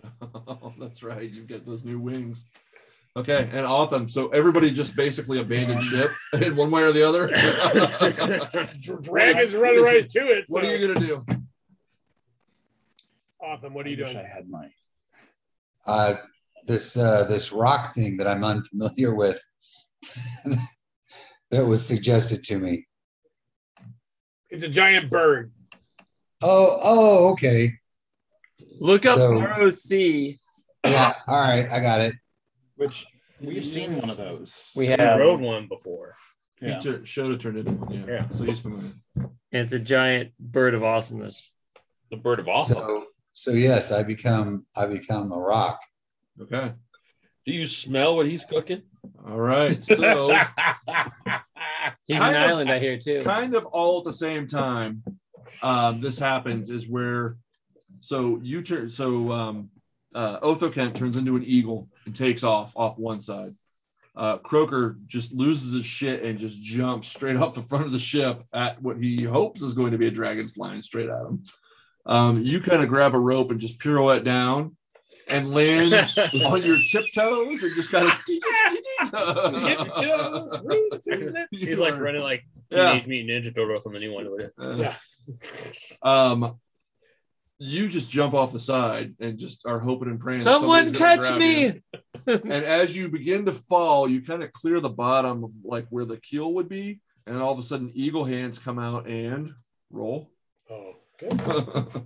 and fly. that's right. You get those new wings. Okay, and Otham. So everybody just basically abandoned ship in one way or the other. Dragons running right to it. What are you gonna do? Awesome. What are you doing? I had my. Uh, this uh, this rock thing that I'm unfamiliar with that was suggested to me. It's a giant bird. Oh, oh, okay. Look up So- ROC. Yeah, all right, I got it. Which we've seen one of those. We I have. rode one before. Yeah. He tur- showed it turned into one. Yeah. Yeah. So he's familiar. It's a giant bird of awesomeness. The bird of awesome. So so yes, I become I become a rock. Okay. Do you smell what he's cooking? All right. So He's Kind an of- island, I hear too. kind of all at the same time, um, this happens is where so you turn so um, uh, Otho Kent turns into an eagle and takes off off one side. Uh, Croker just loses his shit and just jumps straight off the front of the ship at what he hopes is going to be a dragon flying straight at him. Um, you kind of grab a rope and just pirouette down and land on your tiptoes and just kind of He's like running like Yeah. Teenage Mutant Ninja Turtles on the new one. with it. Uh, um, you just jump off the side and just are hoping and praying. that Someone somebody's gonna catch grab me. you. And as you begin to fall, you kind of clear the bottom of like where the keel would be, and all of a sudden, eagle hands come out and roll. Oh, good.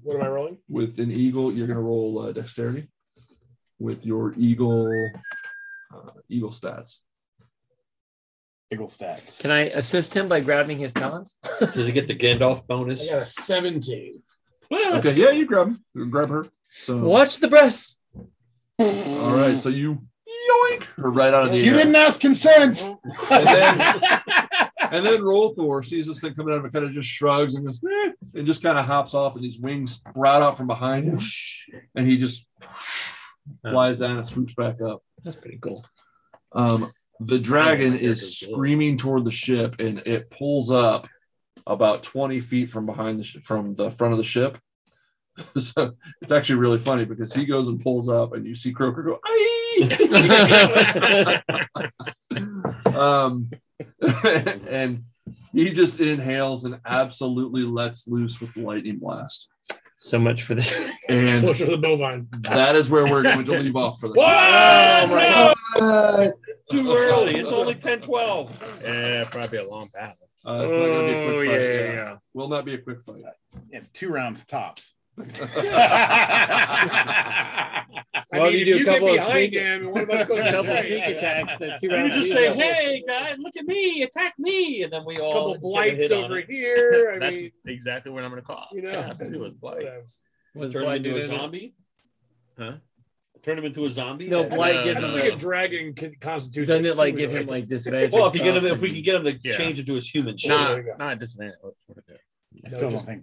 What am I rolling? with an eagle, you're gonna roll uh, dexterity with your eagle uh, eagle stats. Eagle stats. Can I assist him by grabbing his talons? Uh. Does he get the Gandalf bonus? I got a 17. Okay, yeah, you grab him, You grab her. So Watch the breasts. All right, so you yoink her right out of the You air. didn't ask consent. and then and then Rolthor sees this thing coming out of it, kind of just shrugs and goes, "Eh," and just kind of hops off, and these wings sprout out from behind him, and he just flies down and swoops back up. That's pretty cool. Um, the dragon my is character's blue. screaming toward the ship, and it pulls up about twenty feet from behind the sh- from the front of the ship. so it's actually really funny because he goes and pulls up, and you see Croker go, "Aye!" um, and he just inhales and absolutely lets loose with lightning blast. So much for this. And Social the bovine. that is where we're going to leave off for the Whoa! Oh, What? Too early. It's only 10 12. Yeah, probably a long battle. Uh, it's not going to be a Oh, quick yeah, fight. yeah, yeah. yeah. Will not be a quick fight. Yeah, two rounds tops. I Well, mean, you if do a you get couple of behind sneak- him, and one of us goes Double to sneak attack, attacks. That two You rounds. just Yeah. say, hey, guys, look at me. Attack me. And then we a all. couple blights get a hit on over it. here. I That's mean, exactly what I'm going to call. it. you know, Yeah, that's what it was blight. whatevs. Was Turn Blight him into a doing it? zombie? Huh? Turn him into a zombie? No, Yeah. Blight No, gives I him don't no. think a like. dragon can constitute. Doesn't it like give him like disadvantage? Well, if you and get him, stuff? if we can get him to Yeah. change into his human shape. Nah. Not, there you go. not disadvantage. What- what it is. I still just- don't think